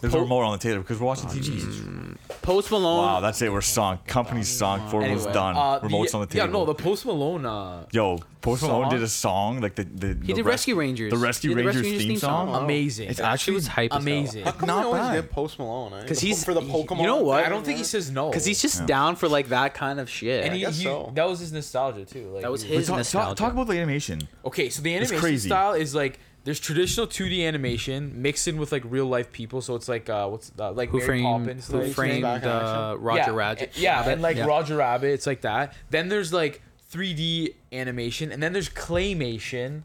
[SPEAKER 1] Oh,
[SPEAKER 4] there's more on the table because we're watching TVs.
[SPEAKER 3] Post Malone.
[SPEAKER 4] Wow, that's it. We're sunk. Company's sunk. Four was
[SPEAKER 1] Anyway,
[SPEAKER 4] done.
[SPEAKER 1] uh, the-
[SPEAKER 4] Remotes on the table.
[SPEAKER 1] Yeah, no, the Post Malone. Uh,
[SPEAKER 4] Yo, Post Malone
[SPEAKER 1] Song?
[SPEAKER 4] did a song like the the. He
[SPEAKER 3] did Rescue Rangers.
[SPEAKER 4] The
[SPEAKER 3] He
[SPEAKER 4] Rescue
[SPEAKER 3] did the
[SPEAKER 4] Rangers,
[SPEAKER 3] Rescue Rangers
[SPEAKER 4] theme,
[SPEAKER 3] theme
[SPEAKER 4] song.
[SPEAKER 3] song.
[SPEAKER 1] Oh.
[SPEAKER 2] Wow.
[SPEAKER 1] amazing.
[SPEAKER 4] It's actually
[SPEAKER 3] She was hype as hell.
[SPEAKER 1] amazing.
[SPEAKER 2] How come
[SPEAKER 4] Not
[SPEAKER 2] they always
[SPEAKER 4] bad.
[SPEAKER 2] get Post Malone? eh?
[SPEAKER 3] 'Cause
[SPEAKER 2] The-
[SPEAKER 3] he's-
[SPEAKER 2] for the
[SPEAKER 3] you
[SPEAKER 2] Pokemon.
[SPEAKER 3] know what?
[SPEAKER 1] I don't think he says no
[SPEAKER 3] Because he's just down for like that kind of shit.
[SPEAKER 1] And he,
[SPEAKER 2] guess
[SPEAKER 1] he-
[SPEAKER 2] so.
[SPEAKER 1] that was his nostalgia too. Like
[SPEAKER 3] That was
[SPEAKER 1] he-
[SPEAKER 3] his-
[SPEAKER 4] But talk,
[SPEAKER 3] nostalgia.
[SPEAKER 4] talk, talk about the animation.
[SPEAKER 1] Okay, so the animation
[SPEAKER 4] crazy.
[SPEAKER 1] style is like there's traditional 2D animation mixed in with like real life people. So it's like uh, what's uh, like
[SPEAKER 3] who
[SPEAKER 1] Mary
[SPEAKER 3] framed,
[SPEAKER 1] Poppins,
[SPEAKER 3] who
[SPEAKER 1] like-
[SPEAKER 3] framed
[SPEAKER 2] Back in
[SPEAKER 3] uh,
[SPEAKER 2] action.
[SPEAKER 3] Roger
[SPEAKER 1] yeah,
[SPEAKER 3] Rabbit?
[SPEAKER 1] a- Yeah, and like
[SPEAKER 3] Yeah.
[SPEAKER 1] Roger Rabbit, it's like that. Then there's like 3D animation, and then there's claymation,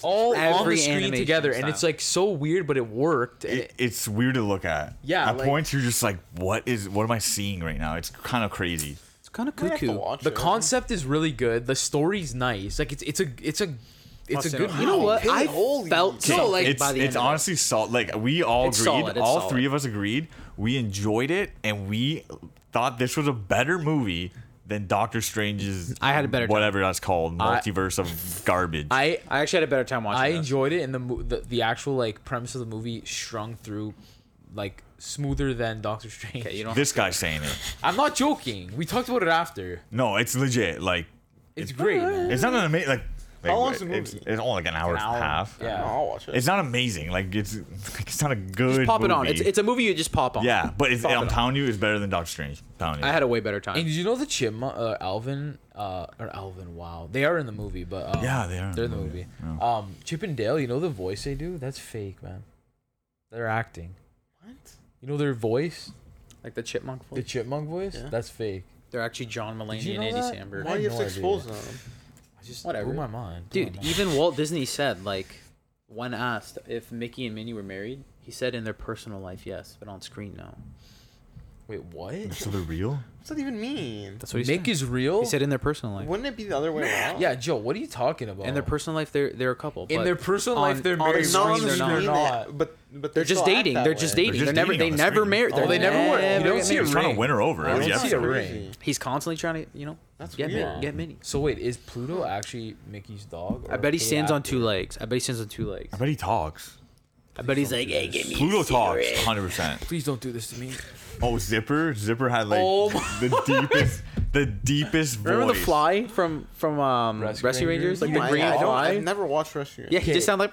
[SPEAKER 1] all on
[SPEAKER 3] Every
[SPEAKER 1] the screen
[SPEAKER 3] animation
[SPEAKER 1] together, and
[SPEAKER 3] style.
[SPEAKER 1] it's like so weird, but it worked. And
[SPEAKER 4] It, it's weird to look at.
[SPEAKER 1] Yeah,
[SPEAKER 4] At
[SPEAKER 1] like-
[SPEAKER 4] points, you're just like, what is? What am I seeing right now? It's kind of crazy.
[SPEAKER 3] It's kind of
[SPEAKER 2] I have to
[SPEAKER 3] cuckoo.
[SPEAKER 2] watch
[SPEAKER 1] the
[SPEAKER 2] it.
[SPEAKER 1] concept is really good. The story's nice. Like it's it's a it's a it's
[SPEAKER 3] Must
[SPEAKER 1] a
[SPEAKER 3] say
[SPEAKER 1] good.
[SPEAKER 3] no. You know what?
[SPEAKER 2] Okay,
[SPEAKER 3] I
[SPEAKER 2] holy
[SPEAKER 3] felt
[SPEAKER 2] shit.
[SPEAKER 3] so like
[SPEAKER 4] it's,
[SPEAKER 3] by the
[SPEAKER 4] it's
[SPEAKER 3] end. of it.
[SPEAKER 4] honestly solid. Like we all
[SPEAKER 3] It's
[SPEAKER 4] agreed,
[SPEAKER 3] solid, it's
[SPEAKER 4] all
[SPEAKER 3] solid.
[SPEAKER 4] three of us agreed. We enjoyed it, and we thought this was a better movie than Doctor Strange's.
[SPEAKER 3] I had a better time.
[SPEAKER 4] whatever that's called, multiverse of garbage.
[SPEAKER 1] I
[SPEAKER 3] I actually had a better time watching.
[SPEAKER 1] I
[SPEAKER 3] this.
[SPEAKER 1] enjoyed it, and the, mo- the the actual like premise of the movie strung through like smoother than Doctor Strange.
[SPEAKER 3] Okay, you don't.
[SPEAKER 4] this guy's saying it.
[SPEAKER 1] I'm not joking. We talked about it after.
[SPEAKER 4] No, it's legit. Like
[SPEAKER 1] It's, great. man.
[SPEAKER 4] It's not an amazing like. like,
[SPEAKER 2] long's the
[SPEAKER 4] It's,
[SPEAKER 2] movie?
[SPEAKER 4] it's only like an hour,
[SPEAKER 1] An hour.
[SPEAKER 4] and a half.
[SPEAKER 1] Yeah.
[SPEAKER 2] No, I'll watch it.
[SPEAKER 4] It's not amazing. Like it's it's not a good.
[SPEAKER 3] Just pop it on.
[SPEAKER 4] movie.
[SPEAKER 3] It's it's a movie you just pop on.
[SPEAKER 4] yeah, but it's,
[SPEAKER 3] pop
[SPEAKER 4] I'm
[SPEAKER 3] it
[SPEAKER 4] telling you, it's better than Doctor Strange. I'm telling you.
[SPEAKER 3] I had a way better
[SPEAKER 1] And
[SPEAKER 3] time.
[SPEAKER 1] did you know the Chipmunk, uh, Alvin, uh, or Alvin? Wow, they are in the movie, but um,
[SPEAKER 4] Yeah, they are in
[SPEAKER 1] They're in
[SPEAKER 4] the
[SPEAKER 1] the movie. Um, Chip and Dale. You know the voice they do? That's fake, man. They're acting.
[SPEAKER 2] What?
[SPEAKER 1] You know their voice,
[SPEAKER 3] Like the chipmunk.
[SPEAKER 1] the
[SPEAKER 3] Voice.
[SPEAKER 1] chipmunk voice.
[SPEAKER 2] Yeah.
[SPEAKER 1] That's fake.
[SPEAKER 3] They're actually John Mulaney
[SPEAKER 1] you
[SPEAKER 3] and Andy
[SPEAKER 1] know that?
[SPEAKER 3] Samberg.
[SPEAKER 2] Why do you have to
[SPEAKER 1] no
[SPEAKER 2] expose
[SPEAKER 1] idea.
[SPEAKER 2] them?
[SPEAKER 1] I just
[SPEAKER 3] Whatever.
[SPEAKER 1] blew my mind. blew my
[SPEAKER 3] Dude,
[SPEAKER 1] mind.
[SPEAKER 3] even Walt Disney said like when asked if Mickey and Minnie were married, he said in their personal life yes, but on screen no.
[SPEAKER 1] wait, what?
[SPEAKER 4] so they're real.
[SPEAKER 2] What's that even mean?
[SPEAKER 3] That's what he
[SPEAKER 1] Mick
[SPEAKER 3] said.
[SPEAKER 1] is real.
[SPEAKER 3] He said in their personal life.
[SPEAKER 2] Wouldn't it be the other way around?
[SPEAKER 1] yeah, Joe. What are you talking about?
[SPEAKER 3] In their personal life, they're they're a couple.
[SPEAKER 1] In
[SPEAKER 3] but
[SPEAKER 1] their personal
[SPEAKER 3] on-
[SPEAKER 1] life, they're
[SPEAKER 3] on
[SPEAKER 1] married.
[SPEAKER 2] Not on
[SPEAKER 3] Screen,
[SPEAKER 2] the
[SPEAKER 3] they're
[SPEAKER 2] screen,
[SPEAKER 3] not.
[SPEAKER 2] they're
[SPEAKER 1] not.
[SPEAKER 2] not. But but
[SPEAKER 3] They're just
[SPEAKER 2] still act
[SPEAKER 3] dating.
[SPEAKER 2] that
[SPEAKER 3] They're just
[SPEAKER 2] way.
[SPEAKER 3] dating. They're,
[SPEAKER 4] They're just
[SPEAKER 3] never.
[SPEAKER 4] dating
[SPEAKER 3] They
[SPEAKER 4] on the
[SPEAKER 3] never
[SPEAKER 4] screen.
[SPEAKER 3] married.
[SPEAKER 1] Oh, they never were. You
[SPEAKER 3] never
[SPEAKER 1] don't
[SPEAKER 3] got
[SPEAKER 1] see
[SPEAKER 4] He
[SPEAKER 1] a
[SPEAKER 3] married.
[SPEAKER 4] was trying to
[SPEAKER 1] ring.
[SPEAKER 4] win her over.
[SPEAKER 1] I
[SPEAKER 4] every
[SPEAKER 1] don't
[SPEAKER 2] That's
[SPEAKER 1] see a
[SPEAKER 4] episode.
[SPEAKER 1] ring.
[SPEAKER 3] He's constantly trying to, you know,
[SPEAKER 2] That's
[SPEAKER 3] get
[SPEAKER 2] weird.
[SPEAKER 3] Minnie, get Minnie.
[SPEAKER 1] So wait, is Pluto actually Mickey's dog?
[SPEAKER 3] I
[SPEAKER 1] or
[SPEAKER 3] bet he
[SPEAKER 1] are they
[SPEAKER 3] stands on
[SPEAKER 1] acting?
[SPEAKER 3] two legs. I bet he stands on two legs.
[SPEAKER 4] I bet he talks.
[SPEAKER 3] I bet he's like, hey, give me.
[SPEAKER 4] Pluto talks 100. percent
[SPEAKER 1] Please don't do this to me.
[SPEAKER 4] Oh, Zipper, Zipper had like
[SPEAKER 1] Oh
[SPEAKER 4] the deepest, the deepest voice.
[SPEAKER 3] Remember the fly from from um,
[SPEAKER 1] Rescue
[SPEAKER 3] Rescue,
[SPEAKER 1] Rangers?
[SPEAKER 3] Rangers? Like
[SPEAKER 2] Oh
[SPEAKER 3] the
[SPEAKER 2] my-
[SPEAKER 3] green
[SPEAKER 2] I don't,
[SPEAKER 3] fly.
[SPEAKER 2] I've never watched Rescue.
[SPEAKER 3] yeah, he
[SPEAKER 1] Okay.
[SPEAKER 3] just sounded like.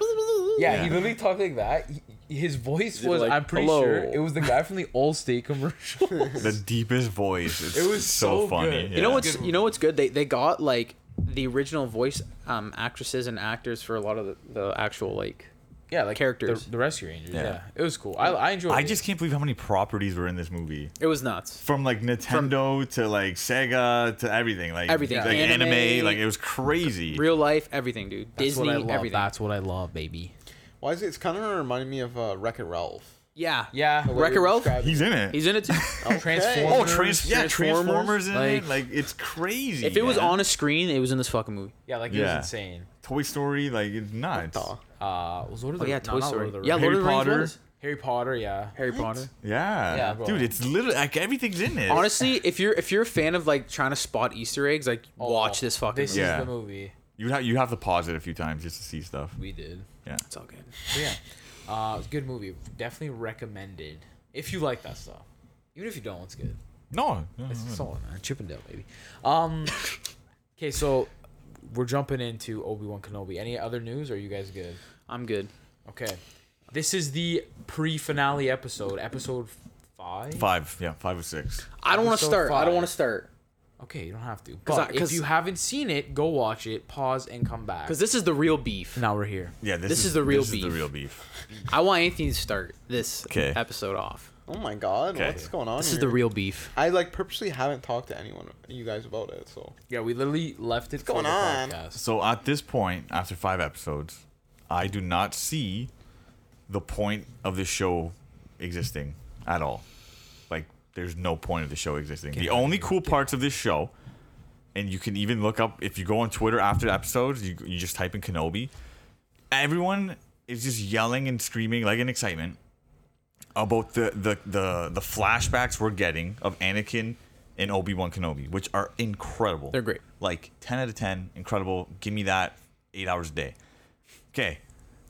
[SPEAKER 1] Yeah,
[SPEAKER 4] Yeah.
[SPEAKER 1] he literally talked like that. He, he- his voice was,
[SPEAKER 3] like,
[SPEAKER 1] I'm pretty
[SPEAKER 3] "Hello."
[SPEAKER 1] sure, it was the guy from the Allstate commercial.
[SPEAKER 4] The deepest voice. It's
[SPEAKER 1] It was so
[SPEAKER 4] so,
[SPEAKER 1] good.
[SPEAKER 4] funny.
[SPEAKER 1] You
[SPEAKER 3] You know
[SPEAKER 4] yeah.
[SPEAKER 3] what's you know what's good? They they got like the original voice um, actresses and actors for a lot of the, the actual like.
[SPEAKER 1] yeah, like
[SPEAKER 3] Characters.
[SPEAKER 1] The, the Rescue Rangers. Yeah.
[SPEAKER 4] Yeah.
[SPEAKER 1] it was cool. I, I enjoyed
[SPEAKER 4] I
[SPEAKER 1] it.
[SPEAKER 4] just can't believe how many properties were in this movie.
[SPEAKER 3] It was nuts.
[SPEAKER 4] from like Nintendo to like Sega to everything, like
[SPEAKER 3] Everything.
[SPEAKER 4] like
[SPEAKER 3] Anime.
[SPEAKER 4] anime, like it was crazy.
[SPEAKER 3] Real life, everything, dude.
[SPEAKER 1] That's
[SPEAKER 3] Disney,
[SPEAKER 1] what I love.
[SPEAKER 3] everything.
[SPEAKER 1] That's what I love, baby.
[SPEAKER 2] Why is it? It's kind of reminding me of uh, Wreck-It Ralph.
[SPEAKER 3] Yeah.
[SPEAKER 1] Yeah.
[SPEAKER 2] The way
[SPEAKER 3] Wreck-It
[SPEAKER 2] you're
[SPEAKER 3] Ralph?
[SPEAKER 2] describing
[SPEAKER 4] He's
[SPEAKER 2] it.
[SPEAKER 4] in it.
[SPEAKER 3] He's in it too.
[SPEAKER 1] Transformers.
[SPEAKER 4] oh, trans- yeah, Transformers, in
[SPEAKER 1] like-
[SPEAKER 4] it. Like it's crazy.
[SPEAKER 3] if it was
[SPEAKER 4] man.
[SPEAKER 3] on a screen, it was in this fucking movie.
[SPEAKER 1] Yeah, like it
[SPEAKER 4] Yeah.
[SPEAKER 1] was insane.
[SPEAKER 4] Toy Story, like it's nuts.
[SPEAKER 2] Duh.
[SPEAKER 1] Uh, was Lord of the
[SPEAKER 3] Oh yeah,
[SPEAKER 1] no,
[SPEAKER 3] Toy
[SPEAKER 1] not Lord
[SPEAKER 3] Story.
[SPEAKER 1] of the
[SPEAKER 3] Yeah,
[SPEAKER 1] Rings.
[SPEAKER 3] Lord
[SPEAKER 4] Harry
[SPEAKER 3] of the Rings.
[SPEAKER 4] Potter.
[SPEAKER 3] was.
[SPEAKER 1] Harry Potter. Yeah.
[SPEAKER 3] Harry Potter.
[SPEAKER 4] Yeah,
[SPEAKER 1] Yeah, bro.
[SPEAKER 4] dude, it's literally like everything's in it.
[SPEAKER 3] Honestly, if you're if you're a fan of like trying to spot Easter eggs, like watch this fucking.
[SPEAKER 1] Oh, This
[SPEAKER 3] movie.
[SPEAKER 4] Yeah.
[SPEAKER 1] is the movie
[SPEAKER 4] you have you have to pause it a few times just to see stuff.
[SPEAKER 1] we did.
[SPEAKER 4] Yeah,
[SPEAKER 3] It's all good.
[SPEAKER 1] But yeah, uh, it's a good movie. Definitely recommended if you like that stuff. Even if you don't, it's good.
[SPEAKER 4] no, no,
[SPEAKER 1] It's
[SPEAKER 3] Oh.
[SPEAKER 4] no.
[SPEAKER 1] solid, man. Chippendale, baby. Um, okay, so we're jumping into Obi Wan Kenobi. Any other news? Or are you guys good?
[SPEAKER 3] I'm good.
[SPEAKER 1] Okay, this is the pre-finale episode, episode five.
[SPEAKER 4] five, yeah, five or six.
[SPEAKER 3] I don't want to
[SPEAKER 1] Episode
[SPEAKER 3] start. I
[SPEAKER 1] five.
[SPEAKER 3] don't want to start
[SPEAKER 1] Okay, you don't have to.
[SPEAKER 3] I-
[SPEAKER 1] But if
[SPEAKER 3] 'cause-
[SPEAKER 1] you haven't seen it, go watch it. Pause and come back.
[SPEAKER 3] because this is the real beef.
[SPEAKER 1] now we're here.
[SPEAKER 4] Yeah, this,
[SPEAKER 3] This is the real
[SPEAKER 4] this Is
[SPEAKER 3] beef.
[SPEAKER 4] the real beef.
[SPEAKER 3] I want Anthony to start this
[SPEAKER 4] 'Kay.
[SPEAKER 3] episode off.
[SPEAKER 2] Oh my god,
[SPEAKER 4] Okay.
[SPEAKER 2] what's going on?
[SPEAKER 3] This is
[SPEAKER 2] here?
[SPEAKER 3] the real beef.
[SPEAKER 2] I like purposely haven't talked to anyone, you guys, about it. So
[SPEAKER 1] Yeah, we literally left it. What's
[SPEAKER 2] going on?
[SPEAKER 4] So at this point, after five episodes, I do not see the point of the show existing at all. Like, there's no point of the show existing. The only cool parts of this show, and you can even look up if you go on Twitter after the episodes, you, you just type in Kenobi. Everyone is just yelling and screaming like in excitement about the the the, the flashbacks we're getting of Anakin and Obi Wan Kenobi, which are incredible.
[SPEAKER 3] They're great.
[SPEAKER 4] Like ten out of ten, incredible. Give me that eight hours a day. Okay,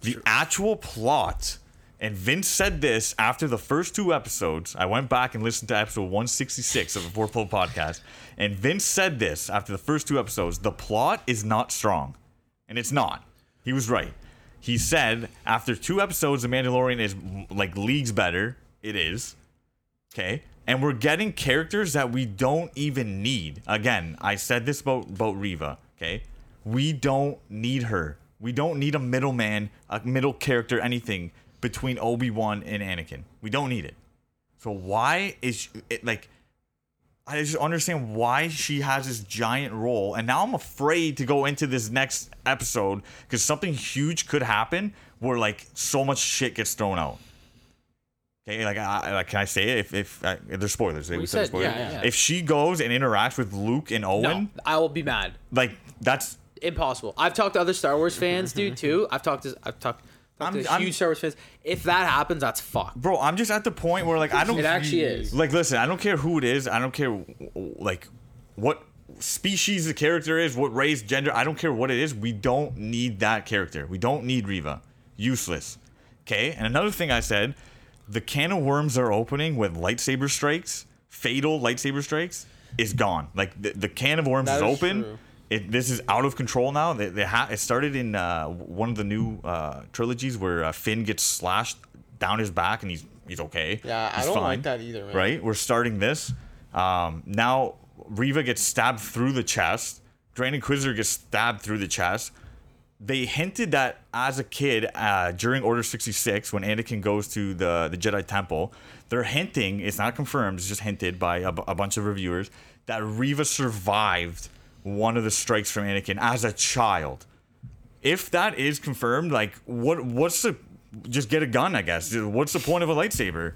[SPEAKER 4] the actual plot And Vince said this after the first two episodes. I went back and listened to episode 166 of the Four Pole podcast. And Vince said this after the first two episodes the plot is not strong. And it's not. He was right. He said after two episodes, The Mandalorian is like leagues better. It is. Okay. And we're getting characters that we don't even need. Again, I said this about, about Riva. Okay. We don't need her. We don't need a middleman, a middle character, anything between Obi Wan and Anakin. We don't need it. So why is she, it like? I just don't understand why she has this giant role, and now I'm afraid to go into this next episode because something huge could happen where like so much shit gets thrown out. Okay, like, I, like can I say it? If if uh, there's spoilers, we,
[SPEAKER 3] said-
[SPEAKER 4] spoilers.
[SPEAKER 3] yeah, yeah.
[SPEAKER 4] If she goes and interacts with Luke and Owen,
[SPEAKER 3] No, I will be mad.
[SPEAKER 4] like that's
[SPEAKER 3] Impossible. I've talked to other Star Wars fans, dude, too. I've talked to I've talked, talked
[SPEAKER 4] I'm-
[SPEAKER 3] to
[SPEAKER 4] I'm-
[SPEAKER 3] huge Star Wars fans. If that happens, that's fucked.
[SPEAKER 4] bro i'm just at the point where like i don't
[SPEAKER 3] It actually is.
[SPEAKER 4] like listen i don't care who it is i don't care w- w- like what species the character is what race gender i don't care what it is we don't need that character we don't need riva useless okay and another thing i said the can of worms are opening with lightsaber strikes fatal lightsaber strikes is gone like the, the can of worms is
[SPEAKER 2] That is
[SPEAKER 4] open
[SPEAKER 2] true.
[SPEAKER 4] it, this is out of control now. They, they ha- it started in uh, one of the new uh, trilogies where uh, Finn gets slashed down his back and he's he's okay.
[SPEAKER 2] Yeah, I
[SPEAKER 4] He's
[SPEAKER 2] don't like that either, man.
[SPEAKER 4] Right? We're starting this. Um, now Riva gets stabbed through the chest. Grand Inquisitor gets stabbed through the chest. They hinted that as a kid uh, during Order 66, when Anakin goes to the, the Jedi Temple, they're hinting, it's not confirmed, it's just hinted by a, bu- a bunch of reviewers, that Riva survived one of the strikes from Anakin as a child if that is confirmed, like what what's the just get a gun, I guess. Just What's the point of a lightsaber?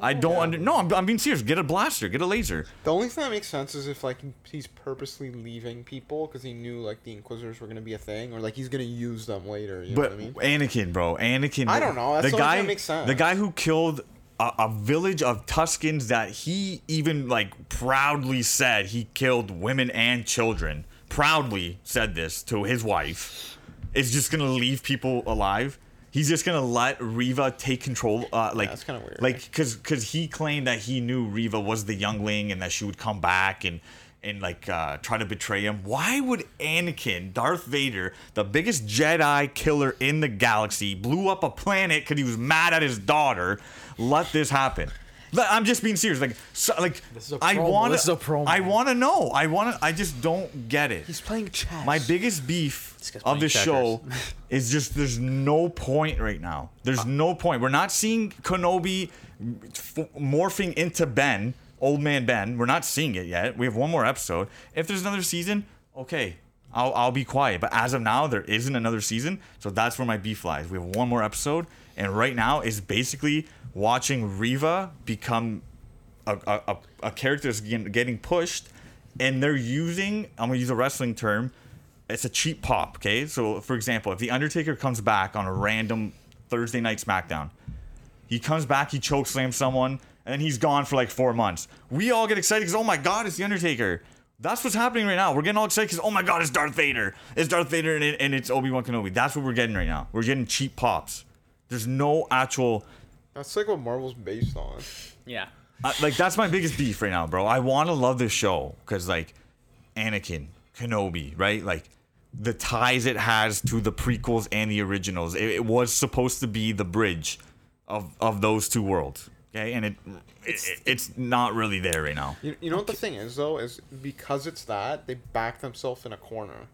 [SPEAKER 4] I
[SPEAKER 2] Oh,
[SPEAKER 4] don't under no. I'm, I'm being serious. Get a blaster. Get a laser.
[SPEAKER 2] The only thing that makes sense is if like he's purposely leaving people because he knew like the Inquisitors were gonna be a thing, or like he's gonna use them later. You know
[SPEAKER 4] But
[SPEAKER 2] what I mean?
[SPEAKER 4] Anakin, bro, Anakin.
[SPEAKER 2] I don't know. That's the
[SPEAKER 4] the
[SPEAKER 2] only
[SPEAKER 4] guy.
[SPEAKER 2] thing that makes sense.
[SPEAKER 4] The guy who killed a, a village of Tuscans that he even like proudly said he killed women and children. Proudly said this to his wife. Is just gonna leave people alive. He's just gonna let Riva take control. Uh, like
[SPEAKER 2] that's kinda weird,
[SPEAKER 4] Like because because he claimed that he knew Riva was the youngling and that she would come back and and like uh, try to betray him. Why would Anakin, Darth Vader, the biggest Jedi killer in the galaxy, blew up a planet because he was mad at his daughter? Let this happen. Like, I'm just being serious. Like, so, like
[SPEAKER 1] is a
[SPEAKER 4] I
[SPEAKER 1] promo.
[SPEAKER 4] want
[SPEAKER 1] This is a promo.
[SPEAKER 4] I want to know. I want to. I just don't get it.
[SPEAKER 3] He's playing chess.
[SPEAKER 4] My biggest beef
[SPEAKER 3] guy's
[SPEAKER 4] of
[SPEAKER 3] playing
[SPEAKER 4] the show is just there's no point right now.
[SPEAKER 3] Uh.
[SPEAKER 4] There's no point. We're not seeing Kenobi f- morphing into Ben, old man Ben. We're not seeing it yet. We have one more episode. If there's another season, okay, I'll, I'll be quiet. But as of now, there isn't another season. So that's where my beef lies. We have one more episode. And right now is basically watching Riva become a, a, a, a character is getting getting pushed and they're using i'm gonna use a wrestling term it's a cheap pop okay so for example if the undertaker comes back on a random thursday night smackdown he comes back he choke slams someone and then he's gone for like four months we all get excited because oh my god it's the undertaker that's what's happening right now. We're getting all excited because, oh my God, it's Darth Vader. It's Darth Vader and, it, and it's Obi Wan Kenobi. That's what we're getting right now. We're getting cheap pops. There's no actual
[SPEAKER 2] That's like what Marvel's based on.
[SPEAKER 3] yeah.
[SPEAKER 4] I, like that's my biggest beef right now, bro. I want to love this show because like Anakin, Kenobi, right? Like the ties it has to the prequels and the originals. It, it was supposed to be the bridge of of those two worlds. Okay, and it, it it's not really there right now.
[SPEAKER 2] You, you know what the thing is though is because it's that they back themselves in a corner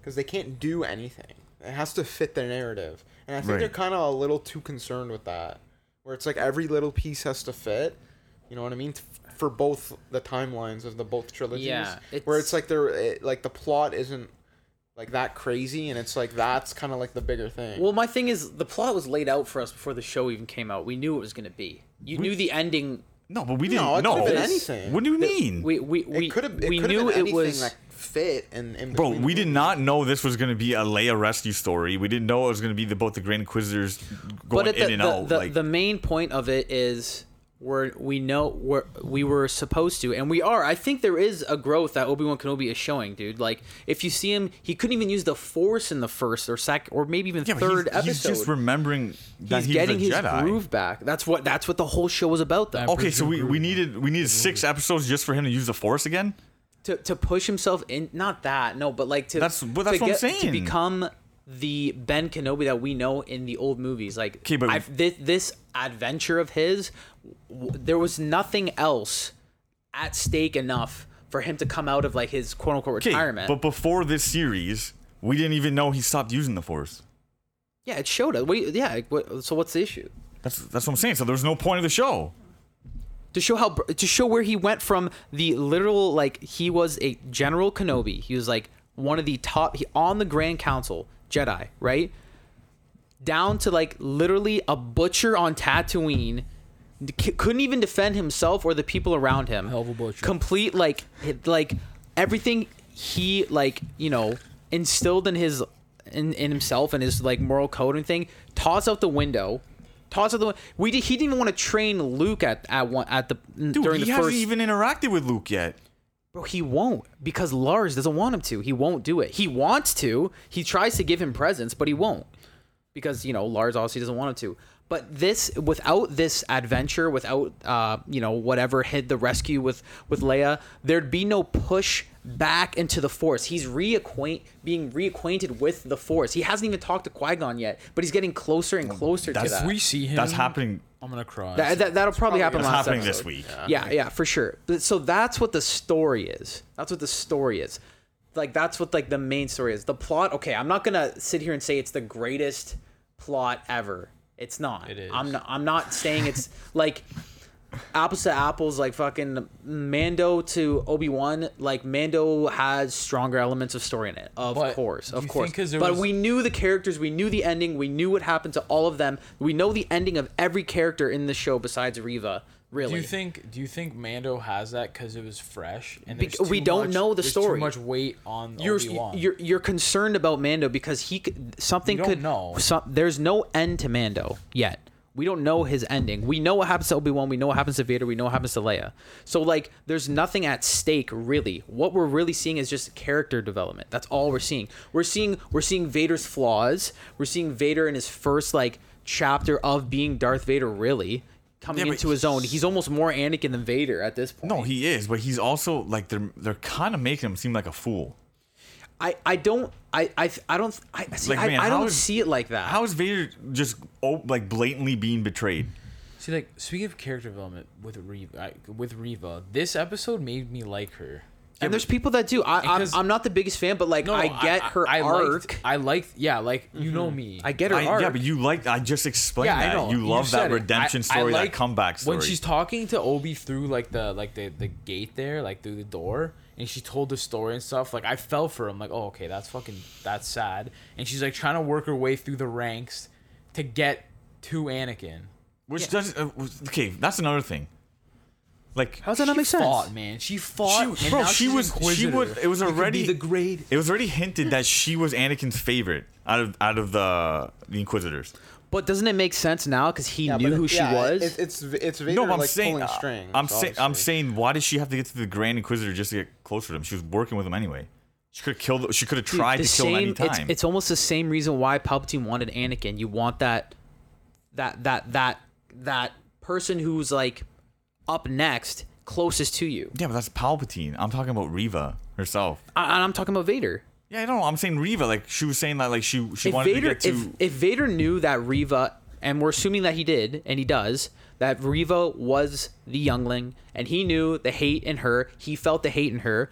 [SPEAKER 2] because they can't do anything. It has to fit their narrative, and I think
[SPEAKER 4] Right.
[SPEAKER 2] they're kind of a little too concerned with that, where it's like every little piece has to fit. You know what I mean? F- For both the timelines of the both trilogies,
[SPEAKER 3] Yeah,
[SPEAKER 2] where
[SPEAKER 3] it's-
[SPEAKER 2] it's like they're it, like the plot isn't like that crazy, and it's like that's kind of like the bigger thing.
[SPEAKER 3] Well, my thing is the plot was laid out for us before the show even came out. We knew it was going to be. You knew the ending.
[SPEAKER 4] No, but we didn't.
[SPEAKER 2] No, it
[SPEAKER 4] know.
[SPEAKER 2] could've been anything.
[SPEAKER 4] What do you mean?
[SPEAKER 3] We we we
[SPEAKER 2] it could have.
[SPEAKER 3] we
[SPEAKER 2] could've
[SPEAKER 3] knew
[SPEAKER 2] been
[SPEAKER 3] it
[SPEAKER 2] anything
[SPEAKER 3] was
[SPEAKER 2] that fit and in
[SPEAKER 4] Bro,
[SPEAKER 2] between
[SPEAKER 4] we
[SPEAKER 2] the
[SPEAKER 4] did not know this was going to be a Leia rescue story. We didn't know it was going to be the, both the Grand Inquisitors going
[SPEAKER 3] but at
[SPEAKER 4] in
[SPEAKER 3] the,
[SPEAKER 4] and
[SPEAKER 3] the,
[SPEAKER 4] out.
[SPEAKER 3] the,
[SPEAKER 4] like,
[SPEAKER 3] the main point of it is we're we know we're, we were supposed to and we are i think there is a growth that obi-wan kenobi is showing dude like if you see him he couldn't even use the force in the first or second or maybe even
[SPEAKER 4] but
[SPEAKER 3] third
[SPEAKER 4] he's,
[SPEAKER 3] episode
[SPEAKER 4] he's just remembering that
[SPEAKER 3] he's
[SPEAKER 4] he
[SPEAKER 3] getting
[SPEAKER 4] was a
[SPEAKER 3] his
[SPEAKER 4] Jedi.
[SPEAKER 3] groove back that's what that's what the whole show was about though
[SPEAKER 4] Okay, so we,
[SPEAKER 1] Presume
[SPEAKER 4] we needed we needed six episodes just for him to use the Force again.
[SPEAKER 3] to, to push himself in not that no but like to
[SPEAKER 4] That's- but that's
[SPEAKER 3] to
[SPEAKER 4] what I'm
[SPEAKER 3] to
[SPEAKER 4] saying.
[SPEAKER 3] become the ben kenobi that we know in the old movies like
[SPEAKER 4] 'Kay, but-
[SPEAKER 3] I've, this, this adventure of his w- there was nothing else at stake enough for him to come out of like his quote-unquote
[SPEAKER 4] 'Kay,
[SPEAKER 3] retirement
[SPEAKER 4] but before this series, we didn't even know he stopped using the Force.
[SPEAKER 3] yeah it showed up what, do you- yeah like, what, so what's the issue
[SPEAKER 4] That's that's what I'm saying. So there's no point of the show.
[SPEAKER 3] to show how to show where he went from the literal like he was a general Kenobi. He was like one of the top he, on the Grand Council Jedi, right? Down to like literally a butcher on Tatooine. C- couldn't even defend himself or the people around him.
[SPEAKER 1] Hell of a butcher.
[SPEAKER 3] Complete like hit- like everything he like you know instilled in his in, in himself and his like moral code and thing toss out the window. Toss out the win- we did, he didn't even want to train Luke at at one at the
[SPEAKER 4] Dude,
[SPEAKER 3] during
[SPEAKER 4] he
[SPEAKER 3] the
[SPEAKER 4] hasn't
[SPEAKER 3] first
[SPEAKER 4] even interacted with Luke yet.
[SPEAKER 3] Bro, he won't because Lars doesn't want him to. He won't do it. He wants to. He tries to give him presents, but he won't because you know Lars obviously doesn't want him to. But this, without this adventure, without uh, you know whatever hit the rescue with with Leia, there'd be no push back into the Force. He's reacquaint being reacquainted with the Force. He hasn't even talked to Qui Gon yet, but he's getting closer and closer to
[SPEAKER 4] That's
[SPEAKER 3] that.
[SPEAKER 1] we see him.
[SPEAKER 4] That's happening.
[SPEAKER 1] I'm gonna cry.
[SPEAKER 3] That, that, that'll probably, happen.
[SPEAKER 4] That's
[SPEAKER 3] last
[SPEAKER 4] happening
[SPEAKER 3] episode.
[SPEAKER 4] this week.
[SPEAKER 3] Yeah, yeah, for sure. But- So that's what the story is. That's what the story is. Like that's what like the main story is. The plot. Okay, I'm not gonna sit here and say it's the greatest plot ever. It's not. It
[SPEAKER 1] is.
[SPEAKER 3] I'm not. I'm not saying it's like apples to apples. Like fucking Mando to Obi Wan. Like Mando has stronger elements of story in it. Of
[SPEAKER 1] But
[SPEAKER 3] course,
[SPEAKER 1] do
[SPEAKER 3] of
[SPEAKER 1] you
[SPEAKER 3] course.
[SPEAKER 1] think 'cause there
[SPEAKER 3] But
[SPEAKER 1] was-
[SPEAKER 3] we knew the characters. We knew the ending. We knew what happened to all of them. We know the ending of every character in the show besides Riva.
[SPEAKER 1] Do
[SPEAKER 3] Really.
[SPEAKER 1] you think? Do you think Mando has that because it was fresh and
[SPEAKER 3] Bec-
[SPEAKER 1] there's
[SPEAKER 3] we
[SPEAKER 1] too
[SPEAKER 3] don't
[SPEAKER 1] much-
[SPEAKER 3] know the
[SPEAKER 1] there's
[SPEAKER 3] story.
[SPEAKER 1] Too much weight on
[SPEAKER 3] you're,
[SPEAKER 1] Obi Wan.
[SPEAKER 3] you're you're concerned about Mando because he could, something
[SPEAKER 1] We don't
[SPEAKER 3] could
[SPEAKER 1] know.
[SPEAKER 3] Some, there's no end to Mando yet. We don't know his ending. We know what happens to Obi Wan. We know what happens to Vader. We know what happens to Leia. So like, there's nothing at stake really. What we're really seeing is just character development. That's all we're seeing. We're seeing we're seeing Vader's flaws. We're seeing Vader in his first like chapter of being Darth Vader. Really coming
[SPEAKER 4] Yeah, but
[SPEAKER 3] into his own. He's almost more Anakin than Vader at this point.
[SPEAKER 4] No, he is, but he's also like they're they're kind of making him seem like a fool.
[SPEAKER 3] I, I don't I I, I don't I see,
[SPEAKER 4] Like,
[SPEAKER 3] I,
[SPEAKER 4] man,
[SPEAKER 3] I
[SPEAKER 4] how
[SPEAKER 3] don't
[SPEAKER 4] is-
[SPEAKER 3] see it like that.
[SPEAKER 4] How is Vader just oh, like blatantly being betrayed?
[SPEAKER 1] See, like speaking of character development with Reva, I, with Reva, this episode made me like her.
[SPEAKER 3] and there's people that do. I I'm,
[SPEAKER 1] Because-
[SPEAKER 3] I'm not the biggest fan, but like I get her
[SPEAKER 1] I
[SPEAKER 3] arc. Mm-hmm.
[SPEAKER 1] Liked, I liked, yeah, like you know me.
[SPEAKER 3] I get her
[SPEAKER 4] I-
[SPEAKER 3] arc.
[SPEAKER 4] yeah, but you like I just explained
[SPEAKER 1] yeah,
[SPEAKER 4] that.
[SPEAKER 1] I know.
[SPEAKER 4] You love
[SPEAKER 1] said
[SPEAKER 4] that
[SPEAKER 1] it.
[SPEAKER 4] redemption
[SPEAKER 1] I- I
[SPEAKER 4] story,
[SPEAKER 1] like
[SPEAKER 4] that comeback story.
[SPEAKER 1] When she's talking to Obi through like the like the the gate there, like through the door, and she told the story and stuff. Like I fell for. Her. I'm like, oh okay, that's fucking that's sad. And she's like trying to work her way through the ranks to get to Anakin.
[SPEAKER 4] Which does uh, was- okay. That's another thing. Like
[SPEAKER 3] How does that not
[SPEAKER 1] She
[SPEAKER 3] make sense?
[SPEAKER 1] Fought, man. She fought.
[SPEAKER 4] she,
[SPEAKER 1] and
[SPEAKER 4] bro,
[SPEAKER 1] now
[SPEAKER 4] she
[SPEAKER 1] she's
[SPEAKER 4] was she
[SPEAKER 1] Inquisitor.
[SPEAKER 4] was it was
[SPEAKER 1] could be
[SPEAKER 4] already
[SPEAKER 1] the great.
[SPEAKER 4] It was already hinted that she was Anakin's favorite out of out of the the Inquisitors.
[SPEAKER 3] But doesn't it make sense now because he
[SPEAKER 2] Yeah,
[SPEAKER 3] knew
[SPEAKER 2] but
[SPEAKER 3] who
[SPEAKER 2] it-
[SPEAKER 3] she
[SPEAKER 2] yeah,
[SPEAKER 3] was?
[SPEAKER 2] It, it's it's Vader
[SPEAKER 4] No, but I'm
[SPEAKER 2] like
[SPEAKER 4] saying
[SPEAKER 2] pulling
[SPEAKER 4] uh,
[SPEAKER 2] strings.
[SPEAKER 4] I'm saying I'm
[SPEAKER 2] obviously.
[SPEAKER 4] saying why did she have to get to the Grand Inquisitor just to get closer to him? She was working with him anyway. She could have killed. She could have
[SPEAKER 3] Dude,
[SPEAKER 4] tried
[SPEAKER 3] the
[SPEAKER 4] to kill him any
[SPEAKER 3] same- it's-
[SPEAKER 4] time.
[SPEAKER 3] It's, almost the same reason why Palpatine wanted Anakin. You want that that that that that person who's like up next, closest to you.
[SPEAKER 4] yeah, but that's Palpatine. I'm talking about Reva herself.
[SPEAKER 3] I, and I'm talking about Vader.
[SPEAKER 4] Yeah, I know. I'm saying Reva. Like she was saying that. Like she she
[SPEAKER 3] if
[SPEAKER 4] wanted
[SPEAKER 3] Vader,
[SPEAKER 4] to get to.
[SPEAKER 3] if, if Vader knew that Riva, and we're assuming that he did, and he does, that Riva was the youngling, and he knew the hate in her, he felt the hate in her.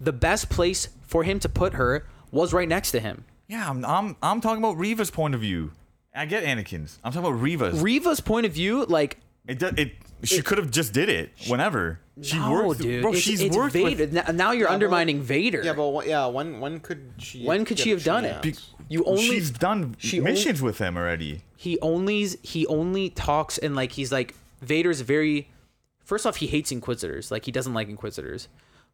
[SPEAKER 3] The best place for him to put her was right next to him.
[SPEAKER 4] yeah, I'm, I'm I'm talking about Reva's point of view. I get Anakin's. I'm talking about Reva's.
[SPEAKER 3] Riva's point of view, like,
[SPEAKER 4] It does. It. She could have just did it whenever. She
[SPEAKER 3] no,
[SPEAKER 4] worked.
[SPEAKER 3] dude,
[SPEAKER 4] Bro,
[SPEAKER 3] it's,
[SPEAKER 4] she's
[SPEAKER 3] it's
[SPEAKER 4] worked
[SPEAKER 3] Vader.
[SPEAKER 4] with.
[SPEAKER 3] N- now you're
[SPEAKER 2] Yeah, but-
[SPEAKER 3] undermining Vader.
[SPEAKER 2] Yeah, but wha- yeah, when when could she?
[SPEAKER 3] when could
[SPEAKER 2] get
[SPEAKER 3] she
[SPEAKER 2] a
[SPEAKER 3] have done it?
[SPEAKER 2] chance?
[SPEAKER 4] Be-
[SPEAKER 3] You only
[SPEAKER 4] she's done
[SPEAKER 3] she only-
[SPEAKER 4] missions with him already.
[SPEAKER 3] he only he only talks and like he's like Vader's very first off he hates inquisitors like he doesn't like inquisitors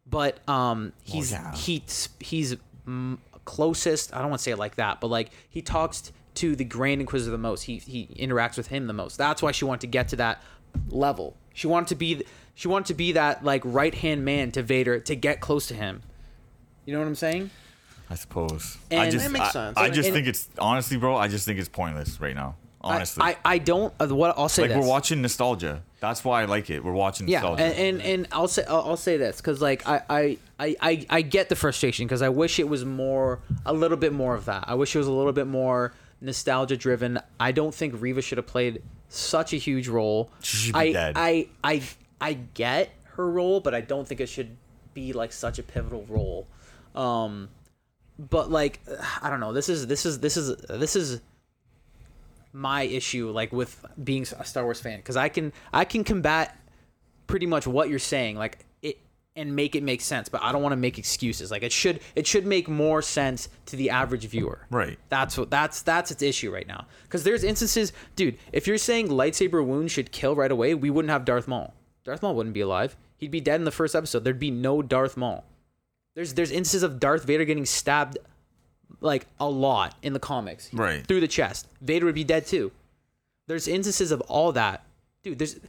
[SPEAKER 3] but um he's
[SPEAKER 4] yeah.
[SPEAKER 3] he he's mm, closest I don't want to say it like that but like he talks to the grand inquisitor the most he he interacts with him the most that's why she wanted to get to that level. She wanted to be she wanted to be that like right hand man to Vader to get close to him. You know what I'm saying?
[SPEAKER 4] I suppose. I
[SPEAKER 3] And-
[SPEAKER 4] just,
[SPEAKER 3] That
[SPEAKER 2] makes
[SPEAKER 4] I-
[SPEAKER 2] sense.
[SPEAKER 4] I,
[SPEAKER 2] And-
[SPEAKER 4] just
[SPEAKER 3] and-
[SPEAKER 4] think it's honestly, bro. I just think it's pointless right now.
[SPEAKER 3] I-
[SPEAKER 4] Honestly,
[SPEAKER 3] I, I, don't. uh, What I'll say
[SPEAKER 4] like
[SPEAKER 3] this.
[SPEAKER 4] we're watching nostalgia. That's why I like it. We're watching
[SPEAKER 3] Yeah,
[SPEAKER 4] nostalgia.
[SPEAKER 3] and, and and I'll say I'll, I'll say this because like I, I I I I get the frustration because I wish it was more a little bit more of that. I wish it was a little bit more nostalgia driven. I don't think Riva should have played such a huge role.
[SPEAKER 4] She should be
[SPEAKER 3] I,
[SPEAKER 4] dead.
[SPEAKER 3] I I I get her role, but I don't think it should be like such a pivotal role. Um, but like I don't know. This is this is this is this is my issue like with being a Star Wars fan because I can I can combat pretty much what you're saying like it and make it make sense but i don't want to make excuses like it should it should make more sense to the average viewer
[SPEAKER 4] Right.
[SPEAKER 3] that's what that's that's its issue right now because there's instances dude if you're saying lightsaber wound should kill right away we wouldn't have darth maul darth maul wouldn't be alive he'd be dead in the first episode there'd be no darth maul there's there's instances of darth vader getting stabbed like a lot in the comics
[SPEAKER 4] Right.
[SPEAKER 3] through the chest vader would be dead too there's instances of all that dude there's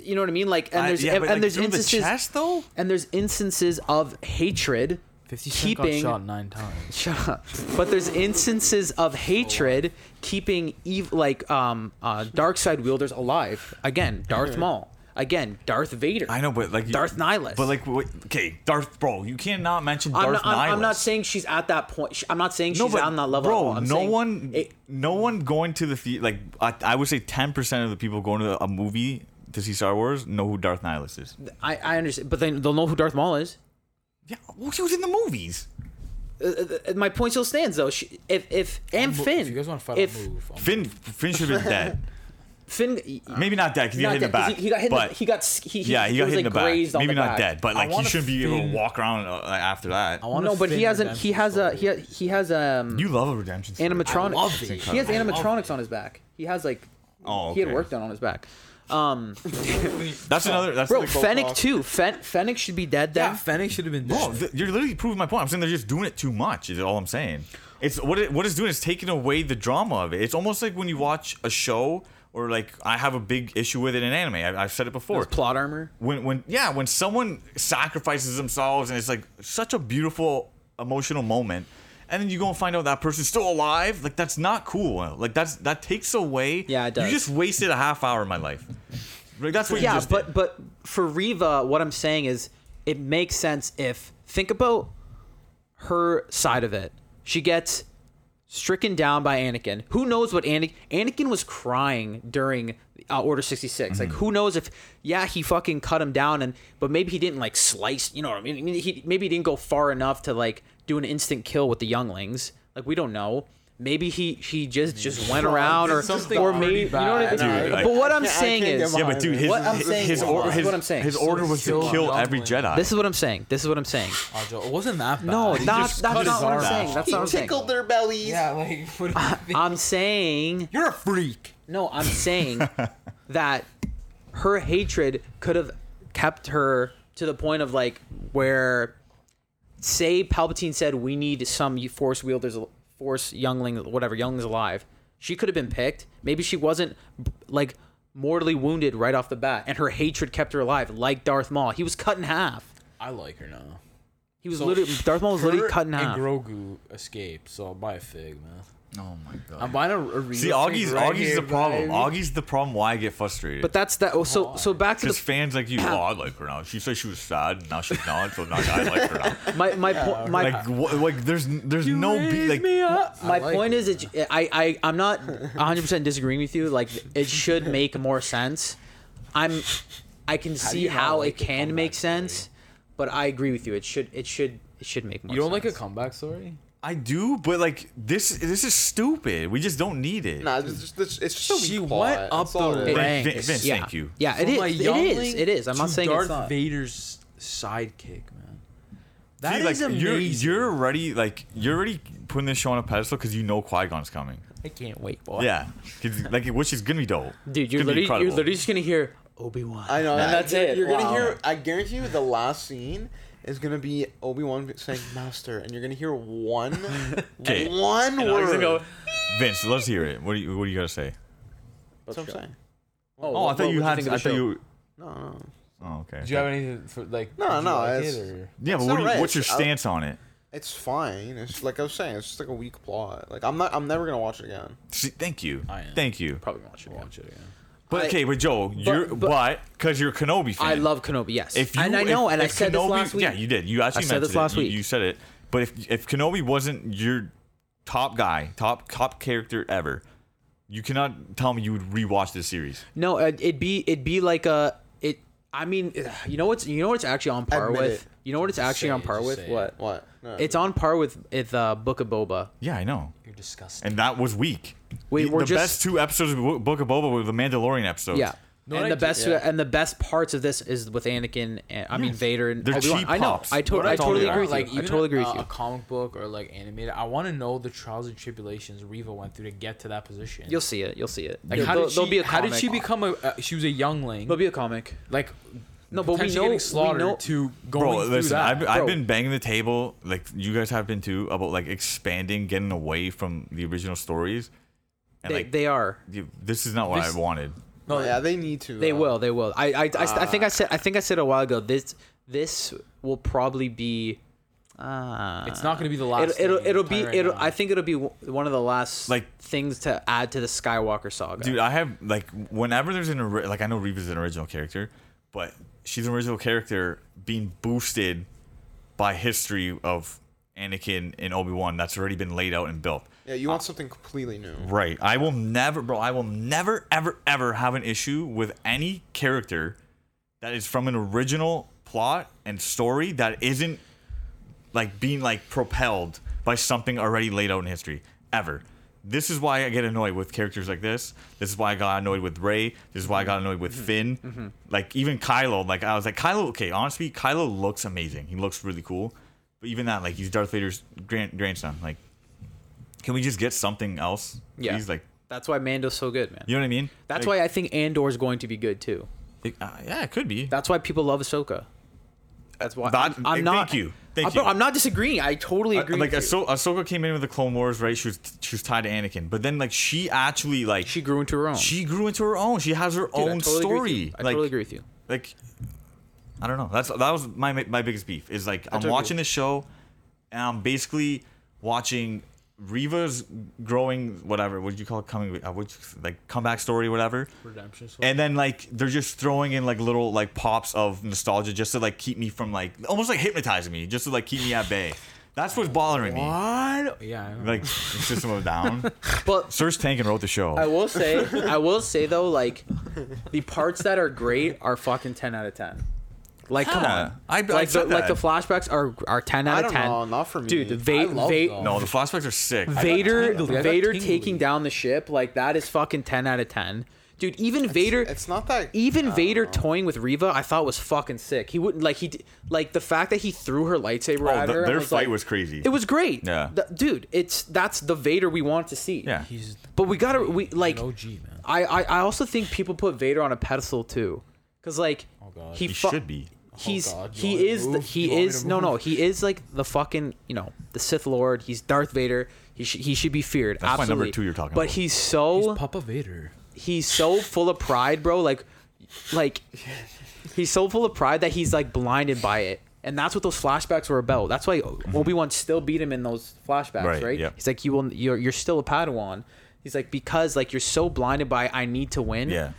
[SPEAKER 3] you know what i mean like and
[SPEAKER 4] I-
[SPEAKER 3] there's
[SPEAKER 4] yeah,
[SPEAKER 3] and,
[SPEAKER 4] but, like,
[SPEAKER 3] there's
[SPEAKER 4] through the
[SPEAKER 3] instances
[SPEAKER 4] chest, though?
[SPEAKER 3] and there's instances of hatred
[SPEAKER 1] 50 Cent
[SPEAKER 3] keeping
[SPEAKER 1] got shot nine times.
[SPEAKER 3] Shut up. but there's instances of hatred keeping ev- like um uh dark side wielders alive again darth maul again darth vader
[SPEAKER 4] I know, but like you-
[SPEAKER 3] Darth Nihilus.
[SPEAKER 4] But like, what, okay, Darth, bro, you cannot mention
[SPEAKER 3] I'm
[SPEAKER 4] Darth
[SPEAKER 3] not, I'm, I'm
[SPEAKER 4] Nihilus.
[SPEAKER 3] not saying she's at that point. She- I'm not saying she's
[SPEAKER 4] but,
[SPEAKER 3] on that level. at
[SPEAKER 4] bro.
[SPEAKER 3] all. I'm
[SPEAKER 4] no
[SPEAKER 3] saying
[SPEAKER 4] one,
[SPEAKER 3] it-
[SPEAKER 4] no one going to the the like. I, I would say ten percent of the people going to a movie to see Star Wars know who Darth Nihilus is.
[SPEAKER 3] I, I understand, but then they'll know who Darth Maul is.
[SPEAKER 4] Yeah, well, he was in the movies.
[SPEAKER 3] Uh, My point still stands, though. She, if if and
[SPEAKER 1] Mo-
[SPEAKER 3] Finn,
[SPEAKER 1] If you guys want to fight,
[SPEAKER 3] if
[SPEAKER 1] I'll move. I'll
[SPEAKER 4] Finn, Finn should have been dead.
[SPEAKER 3] Finn,
[SPEAKER 4] Maybe not dead because he got
[SPEAKER 3] Not
[SPEAKER 4] hit in the
[SPEAKER 3] dead, 'cause
[SPEAKER 4] back.
[SPEAKER 3] He, he got hit.
[SPEAKER 4] But
[SPEAKER 3] in the, he got. s- He, he,
[SPEAKER 4] yeah, he got
[SPEAKER 3] was,
[SPEAKER 4] hit in
[SPEAKER 3] like,
[SPEAKER 4] the back.
[SPEAKER 3] grazed on
[SPEAKER 4] Maybe
[SPEAKER 3] the
[SPEAKER 4] not
[SPEAKER 3] back.
[SPEAKER 4] dead, but like he
[SPEAKER 1] want a
[SPEAKER 4] shouldn't be able
[SPEAKER 1] Finn-
[SPEAKER 4] to walk around uh, like, after that.
[SPEAKER 1] I want
[SPEAKER 3] No,
[SPEAKER 1] a
[SPEAKER 3] but he
[SPEAKER 1] Finn
[SPEAKER 3] hasn't. He
[SPEAKER 1] redemption
[SPEAKER 3] has
[SPEAKER 1] story.
[SPEAKER 3] a. He has, he has um
[SPEAKER 4] you love a redemption. Story.
[SPEAKER 3] animatronics.
[SPEAKER 1] I love it.
[SPEAKER 3] He has
[SPEAKER 1] I love
[SPEAKER 3] animatronics on his back. He has like.
[SPEAKER 4] Oh,
[SPEAKER 3] He had
[SPEAKER 4] okay.
[SPEAKER 3] work done on his back. Um,
[SPEAKER 4] That's another. That's
[SPEAKER 3] bro,
[SPEAKER 4] another-
[SPEAKER 3] Fennec
[SPEAKER 2] off.
[SPEAKER 3] too. Fen- Fennec should be dead then.
[SPEAKER 1] Yeah, Fennec should have been
[SPEAKER 4] No,
[SPEAKER 1] dead.
[SPEAKER 4] Oh, th- you're literally proving my point. I'm saying they're just doing it too much. Is all I'm saying. It's what it, what it's doing is taking away the drama of it. It's almost like when you watch a show or like I have a big issue with it in anime. I, I've said it before.
[SPEAKER 3] There's plot armor.
[SPEAKER 4] when when yeah, when someone sacrifices themselves and it's like such a beautiful emotional moment, and then you go and find out that person's still alive. Like that's not cool. Like that's that takes away.
[SPEAKER 3] Yeah, it
[SPEAKER 4] You
[SPEAKER 3] does.
[SPEAKER 4] just wasted a half hour of my life. Like that's what you
[SPEAKER 3] Yeah,
[SPEAKER 4] just did.
[SPEAKER 3] but but for Riva, what I'm saying is it makes sense if think about her side of it. She gets stricken down by Anakin. Who knows what Anakin Anakin was crying during uh, Order 66. Like
[SPEAKER 4] Mm-hmm.
[SPEAKER 3] who knows if yeah, he fucking cut him down and but maybe he didn't like slice, you know what I mean? I mean, He maybe he didn't go far enough to like do an instant kill with the younglings. Like we don't know. Maybe he he just just went around or
[SPEAKER 1] something
[SPEAKER 3] or
[SPEAKER 1] pretty
[SPEAKER 3] maybe you know what I mean?
[SPEAKER 1] bad.
[SPEAKER 4] Dude, I-
[SPEAKER 3] but what
[SPEAKER 2] I
[SPEAKER 3] I'm
[SPEAKER 2] can't- I
[SPEAKER 3] saying
[SPEAKER 2] can't
[SPEAKER 3] is
[SPEAKER 2] get
[SPEAKER 4] yeah, but dude, his,
[SPEAKER 3] What I'm
[SPEAKER 4] his,
[SPEAKER 3] saying-
[SPEAKER 4] his,
[SPEAKER 3] this
[SPEAKER 4] order,
[SPEAKER 3] is
[SPEAKER 4] his,
[SPEAKER 3] what I'm saying.
[SPEAKER 4] his
[SPEAKER 3] So
[SPEAKER 4] order was to
[SPEAKER 1] so
[SPEAKER 4] kill
[SPEAKER 1] dumb
[SPEAKER 4] every
[SPEAKER 1] when-
[SPEAKER 4] Jedi.
[SPEAKER 3] This is what I'm saying. This is what I'm saying.
[SPEAKER 1] Ajo, It wasn't that bad.
[SPEAKER 3] No,
[SPEAKER 1] Oh, He
[SPEAKER 3] not,
[SPEAKER 1] just cut
[SPEAKER 3] that's
[SPEAKER 1] his
[SPEAKER 3] not what I'm
[SPEAKER 1] arm
[SPEAKER 3] saying.
[SPEAKER 1] out.
[SPEAKER 3] That's not what I'm saying.
[SPEAKER 2] tickled their bellies.
[SPEAKER 1] Yeah, like what do you think?
[SPEAKER 3] I'm saying
[SPEAKER 1] You're a freak.
[SPEAKER 3] no. I'm saying that her hatred could have kept her to the point of like where, say, Palpatine said, "We need some Force wielders, Force youngling, whatever younglings alive." She could have been picked. Maybe she wasn't like mortally wounded right off the bat, and her hatred kept her alive, like Darth Maul. He was cut in half.
[SPEAKER 1] I like her now.
[SPEAKER 3] He was literally Darth Maul was literally
[SPEAKER 1] Her
[SPEAKER 3] cut in half.
[SPEAKER 1] And Grogu escaped, so I'll buy a fig, man.
[SPEAKER 4] oh my god.
[SPEAKER 1] I'm buying a, a real
[SPEAKER 4] See,
[SPEAKER 1] fig
[SPEAKER 4] Augie's
[SPEAKER 1] right
[SPEAKER 4] Augie's
[SPEAKER 1] here,
[SPEAKER 4] the problem.
[SPEAKER 1] baby.
[SPEAKER 4] Augie's the problem. Why I get frustrated.
[SPEAKER 3] But that's that. Oh, so so back to
[SPEAKER 4] because
[SPEAKER 3] the
[SPEAKER 4] fans like you, oh, I like her now. She said she was sad, and now she's not. So now I like her now.
[SPEAKER 3] my my po- my
[SPEAKER 4] Like, wha- like there's there's no be- like
[SPEAKER 3] my
[SPEAKER 1] I like
[SPEAKER 3] point
[SPEAKER 1] it.
[SPEAKER 3] is it, I I I'm not 100 percent disagreeing with you. Like it should make more sense. I'm I can
[SPEAKER 1] do
[SPEAKER 3] see
[SPEAKER 1] you not
[SPEAKER 3] how
[SPEAKER 1] like
[SPEAKER 3] it
[SPEAKER 1] the
[SPEAKER 3] can
[SPEAKER 1] comeback
[SPEAKER 3] make sense, but I agree with you. It should it should it should make more.
[SPEAKER 1] You don't
[SPEAKER 3] sense.
[SPEAKER 1] like a comeback story?
[SPEAKER 4] I do, but like this this is stupid. We just don't need it.
[SPEAKER 2] Nah, it's just, it's just a weak
[SPEAKER 1] She
[SPEAKER 2] plot.
[SPEAKER 1] went up
[SPEAKER 2] That's all
[SPEAKER 1] the
[SPEAKER 2] it is.
[SPEAKER 4] Vin-
[SPEAKER 3] It ranks.
[SPEAKER 4] rank. Vin- Vince,
[SPEAKER 3] yeah.
[SPEAKER 4] thank you.
[SPEAKER 3] Yeah, it
[SPEAKER 1] From a
[SPEAKER 3] is. It is.
[SPEAKER 1] youngling
[SPEAKER 3] It is. I'm not
[SPEAKER 1] to
[SPEAKER 3] saying
[SPEAKER 1] Darth
[SPEAKER 3] it's not.
[SPEAKER 1] Vader's sidekick, man. That
[SPEAKER 4] See,
[SPEAKER 1] is
[SPEAKER 4] like
[SPEAKER 1] amazing.
[SPEAKER 4] you're you're already like you're already putting this show on a pedestal because you know Qui Gon's coming.
[SPEAKER 1] I can't wait, boy.
[SPEAKER 4] Yeah, 'Cause, like which is gonna be dope.
[SPEAKER 3] Dude,
[SPEAKER 4] It's
[SPEAKER 3] you're
[SPEAKER 4] gonna
[SPEAKER 3] literally
[SPEAKER 4] be
[SPEAKER 3] you're
[SPEAKER 4] incredible.
[SPEAKER 3] literally just gonna hear Obi Wan.
[SPEAKER 2] I know,
[SPEAKER 4] Nah.
[SPEAKER 2] and that's
[SPEAKER 3] That's it.
[SPEAKER 2] it. You're
[SPEAKER 3] Wow.
[SPEAKER 2] gonna hear. I guarantee you, the last scene is gonna be Obi Wan saying "Master," and you're gonna hear one,
[SPEAKER 4] Okay.
[SPEAKER 2] one
[SPEAKER 4] And Augie's
[SPEAKER 2] word.
[SPEAKER 4] gonna go, Vince, let's hear it. What do you what do you gotta say?
[SPEAKER 2] That's what I'm saying.
[SPEAKER 4] Oh, I
[SPEAKER 3] what-
[SPEAKER 4] thought
[SPEAKER 3] what
[SPEAKER 4] you
[SPEAKER 3] would
[SPEAKER 4] had.
[SPEAKER 3] think of
[SPEAKER 4] I
[SPEAKER 3] the
[SPEAKER 4] thought
[SPEAKER 3] show?
[SPEAKER 4] you.
[SPEAKER 2] No, no.
[SPEAKER 4] Oh, okay.
[SPEAKER 1] Do you have anything for like?
[SPEAKER 2] No,
[SPEAKER 1] did you
[SPEAKER 2] no,
[SPEAKER 1] like it,
[SPEAKER 2] it's-
[SPEAKER 1] or-
[SPEAKER 4] yeah, but
[SPEAKER 2] It's
[SPEAKER 4] what
[SPEAKER 2] not
[SPEAKER 4] do you-
[SPEAKER 2] right.
[SPEAKER 4] what's your
[SPEAKER 2] It's- I'll-
[SPEAKER 4] stance on it?
[SPEAKER 2] It's fine. It's like I was saying. It's just like a weak plot. Like I'm not. I'm never gonna watch it again.
[SPEAKER 4] See, thank you.
[SPEAKER 1] I am.
[SPEAKER 4] Thank you.
[SPEAKER 3] Probably won't watch it. Again.
[SPEAKER 1] Watch it again.
[SPEAKER 4] But
[SPEAKER 3] I-
[SPEAKER 4] okay, but Joe, you're
[SPEAKER 3] but-
[SPEAKER 4] but because you're a Kenobi fan.
[SPEAKER 3] I love Kenobi. Yes,
[SPEAKER 4] If you,
[SPEAKER 3] and I
[SPEAKER 4] if-
[SPEAKER 3] know, and I
[SPEAKER 4] if
[SPEAKER 3] said
[SPEAKER 4] Kenobi-
[SPEAKER 3] this last week.
[SPEAKER 4] Yeah, you did. You actually
[SPEAKER 3] I said
[SPEAKER 4] mentioned
[SPEAKER 3] this last
[SPEAKER 4] it. You-
[SPEAKER 3] week.
[SPEAKER 4] You, said it. But if if Kenobi wasn't your top guy, top top character ever, you cannot tell me you would rewatch this series.
[SPEAKER 3] No, it- it'd be it'd be like a it. I mean, ugh, you know what's you know what's actually on par
[SPEAKER 2] Admit
[SPEAKER 3] with
[SPEAKER 2] it.
[SPEAKER 3] you know what it's actually
[SPEAKER 1] say
[SPEAKER 3] on
[SPEAKER 1] it,
[SPEAKER 3] par
[SPEAKER 1] just
[SPEAKER 3] with
[SPEAKER 1] say it.
[SPEAKER 3] what
[SPEAKER 2] What? No.
[SPEAKER 3] it's on par with with uh, Book of Boba.
[SPEAKER 4] Yeah, I know.
[SPEAKER 1] You're disgusting.
[SPEAKER 4] And that was weak.
[SPEAKER 3] Wait,
[SPEAKER 4] the,
[SPEAKER 3] we're
[SPEAKER 4] the
[SPEAKER 3] just-
[SPEAKER 4] best two episodes of Bo- Book of Boba were the Mandalorian episodes.
[SPEAKER 3] Yeah.
[SPEAKER 1] No,
[SPEAKER 3] and
[SPEAKER 1] I
[SPEAKER 3] the
[SPEAKER 1] do-
[SPEAKER 3] best
[SPEAKER 2] yeah.
[SPEAKER 3] and the best parts of this is with Anakin and I mean
[SPEAKER 4] Yes.
[SPEAKER 3] Vader and
[SPEAKER 4] They're
[SPEAKER 3] Obi-Wan.
[SPEAKER 4] cheap
[SPEAKER 3] I know.
[SPEAKER 4] pops.
[SPEAKER 3] I, to-
[SPEAKER 4] What I
[SPEAKER 3] I
[SPEAKER 4] told
[SPEAKER 3] totally
[SPEAKER 4] you.
[SPEAKER 3] agree with
[SPEAKER 1] like
[SPEAKER 3] you. I
[SPEAKER 1] even
[SPEAKER 3] totally agree
[SPEAKER 1] a,
[SPEAKER 3] with you.
[SPEAKER 1] Uh, a comic book or like animated. I want to know the trials and tribulations Reva went through to get to that position.
[SPEAKER 3] You'll see it. You'll see it.
[SPEAKER 1] like
[SPEAKER 3] There-
[SPEAKER 1] how
[SPEAKER 3] there'll,
[SPEAKER 1] did she?
[SPEAKER 3] there'll be a
[SPEAKER 1] how
[SPEAKER 3] comic.
[SPEAKER 1] did she become a? Uh, she was a youngling.
[SPEAKER 3] There'll be a comic.
[SPEAKER 1] like
[SPEAKER 3] No, but we
[SPEAKER 1] potentially
[SPEAKER 3] know-
[SPEAKER 1] getting
[SPEAKER 3] we
[SPEAKER 1] slaughtered
[SPEAKER 3] know-
[SPEAKER 1] to going
[SPEAKER 4] Bro,
[SPEAKER 1] through
[SPEAKER 4] listen,
[SPEAKER 1] that.
[SPEAKER 4] I've, I've
[SPEAKER 3] Bro.
[SPEAKER 4] been banging the table, like you guys have been too, about like expanding, getting away from the original stories. And
[SPEAKER 3] They,
[SPEAKER 4] like,
[SPEAKER 3] they are.
[SPEAKER 4] you- this is not what
[SPEAKER 1] This-
[SPEAKER 4] I wanted.
[SPEAKER 1] no,
[SPEAKER 2] Oh, yeah, they need to.
[SPEAKER 3] They
[SPEAKER 2] uh,
[SPEAKER 3] will. They will. I. I. I, I
[SPEAKER 1] Uh.
[SPEAKER 3] think I said. I think I said a while ago. This. This will probably be. Uh,
[SPEAKER 1] It's not gonna be the last
[SPEAKER 3] It'll.
[SPEAKER 1] thing,
[SPEAKER 3] It'll,
[SPEAKER 1] I'll
[SPEAKER 3] it'll
[SPEAKER 1] tell
[SPEAKER 3] be.
[SPEAKER 1] you right
[SPEAKER 3] it'll.
[SPEAKER 1] now.
[SPEAKER 3] I think it'll be w- one of the last
[SPEAKER 4] Like-
[SPEAKER 3] things to add to the Skywalker saga.
[SPEAKER 4] Dude, I have like whenever there's an ori- like I know Reva's an original character, but she's an original character being boosted by history of Anakin and Obi Wan that's already been laid out and built.
[SPEAKER 2] Yeah, you
[SPEAKER 4] Ah.
[SPEAKER 2] want something completely new.
[SPEAKER 4] Right. I will never, bro. I will never, ever, ever have an issue with any character that is from an original plot and story that isn't like being like propelled by something already laid out in history. Ever. This is why I get annoyed with characters like this. This is why I got annoyed with Ray. This is why I got annoyed
[SPEAKER 3] Mm-hmm.
[SPEAKER 4] with Finn. Like even Kylo. Like I was like Kylo. Okay, honestly, Kylo looks amazing. He looks really cool. But even that, like he's Darth Vader's grand- grandson. Like, can we just get something else?
[SPEAKER 3] Yeah.
[SPEAKER 4] He's like
[SPEAKER 3] That's why Mando's so good, man.
[SPEAKER 4] you know what I mean?
[SPEAKER 3] That's
[SPEAKER 4] like,
[SPEAKER 3] why I think Andor's going to be good too.
[SPEAKER 4] It, uh, yeah, it could be.
[SPEAKER 3] That's why people love Ahsoka. That's why
[SPEAKER 4] That-
[SPEAKER 3] I'm, I'm
[SPEAKER 4] eh,
[SPEAKER 3] not.
[SPEAKER 4] thank you. Thank
[SPEAKER 3] Uh, bro,
[SPEAKER 4] you.
[SPEAKER 3] I'm not disagreeing. I totally
[SPEAKER 4] I-
[SPEAKER 3] agree.
[SPEAKER 4] like
[SPEAKER 3] with you.
[SPEAKER 4] Ahso- Ahsoka came in with the Clone Wars, right? She was she was tied to Anakin, but then like she actually like
[SPEAKER 3] she
[SPEAKER 4] she,
[SPEAKER 3] grew into her own.
[SPEAKER 4] grew into her own. She has her
[SPEAKER 3] Dude, I
[SPEAKER 4] own
[SPEAKER 3] totally agree with
[SPEAKER 4] story.
[SPEAKER 3] you. I
[SPEAKER 4] like,
[SPEAKER 3] totally agree with you.
[SPEAKER 4] Like I don't know. That's that was my my biggest beef is like I'm
[SPEAKER 3] totally
[SPEAKER 4] watching this show, and I'm basically watching Riva's growing whatever. What do you call it? Coming uh, which like comeback story, whatever.
[SPEAKER 1] redemption. story.
[SPEAKER 4] and then like they're just throwing in like little like pops of nostalgia just to like keep me from like almost like hypnotizing me just to like keep me at bay that's what's bothering me
[SPEAKER 1] What? Yeah. I know.
[SPEAKER 4] like system of a down
[SPEAKER 3] But
[SPEAKER 4] Serge Tankin wrote the show
[SPEAKER 3] I will say, I will say though, like the parts that are great are fucking ten out of ten. Like come
[SPEAKER 4] Yeah,
[SPEAKER 3] on,
[SPEAKER 4] I- I
[SPEAKER 3] like the,
[SPEAKER 4] said
[SPEAKER 3] like the
[SPEAKER 4] that.
[SPEAKER 3] flashbacks are are ten out
[SPEAKER 2] I
[SPEAKER 3] of
[SPEAKER 2] don't
[SPEAKER 3] ten.
[SPEAKER 2] know. Not for me.
[SPEAKER 3] Dude, the
[SPEAKER 1] I
[SPEAKER 3] Va-
[SPEAKER 1] love
[SPEAKER 3] Va-
[SPEAKER 1] those.
[SPEAKER 4] no the flashbacks are sick
[SPEAKER 3] Vader,
[SPEAKER 1] tingly. I got
[SPEAKER 3] Vader
[SPEAKER 1] tingly.
[SPEAKER 3] taking down the ship, like that is fucking ten out of ten. Dude, even Vader,
[SPEAKER 2] It's not that.
[SPEAKER 3] even
[SPEAKER 2] I don't
[SPEAKER 3] Vader
[SPEAKER 2] know.
[SPEAKER 3] toying with Reva, I thought was fucking sick. He wouldn't like he d- like the fact that he threw her lightsaber
[SPEAKER 4] Oh,
[SPEAKER 3] at
[SPEAKER 4] the-
[SPEAKER 3] her. I
[SPEAKER 4] their fight
[SPEAKER 3] like-
[SPEAKER 4] was crazy.
[SPEAKER 3] It was great.
[SPEAKER 4] Yeah.
[SPEAKER 3] Th- dude, it's that's the Vader we want to see.
[SPEAKER 4] yeah
[SPEAKER 1] He's
[SPEAKER 3] But we gotta we like
[SPEAKER 1] an OG man.
[SPEAKER 3] I, I I also think people put Vader on a pedestal too, because like
[SPEAKER 1] God.
[SPEAKER 3] he,
[SPEAKER 4] Oh, he
[SPEAKER 3] fu-
[SPEAKER 4] should be
[SPEAKER 3] He's
[SPEAKER 1] God. Do you want me
[SPEAKER 3] he
[SPEAKER 1] to
[SPEAKER 3] is the,
[SPEAKER 1] move? Do you
[SPEAKER 3] he
[SPEAKER 1] want me
[SPEAKER 3] is
[SPEAKER 1] to
[SPEAKER 3] no
[SPEAKER 1] move?
[SPEAKER 3] no he is like the fucking you know the Sith Lord. He's Darth Vader. He sh- he should be feared.
[SPEAKER 4] That's my
[SPEAKER 3] Absolutely.
[SPEAKER 4] number two you're talking
[SPEAKER 3] But
[SPEAKER 4] about.
[SPEAKER 3] he's so
[SPEAKER 1] He's Papa Vader.
[SPEAKER 3] he's so full of pride, bro. Like, like he's so full of pride that he's like blinded by it, and that's what those flashbacks were about. That's why Obi Wan still beat him in those flashbacks,
[SPEAKER 4] Right,
[SPEAKER 3] right?
[SPEAKER 4] yep.
[SPEAKER 3] He's like, you will, you're, you're still a Padawan. He's like, because like you're so blinded by I need to win,
[SPEAKER 4] yeah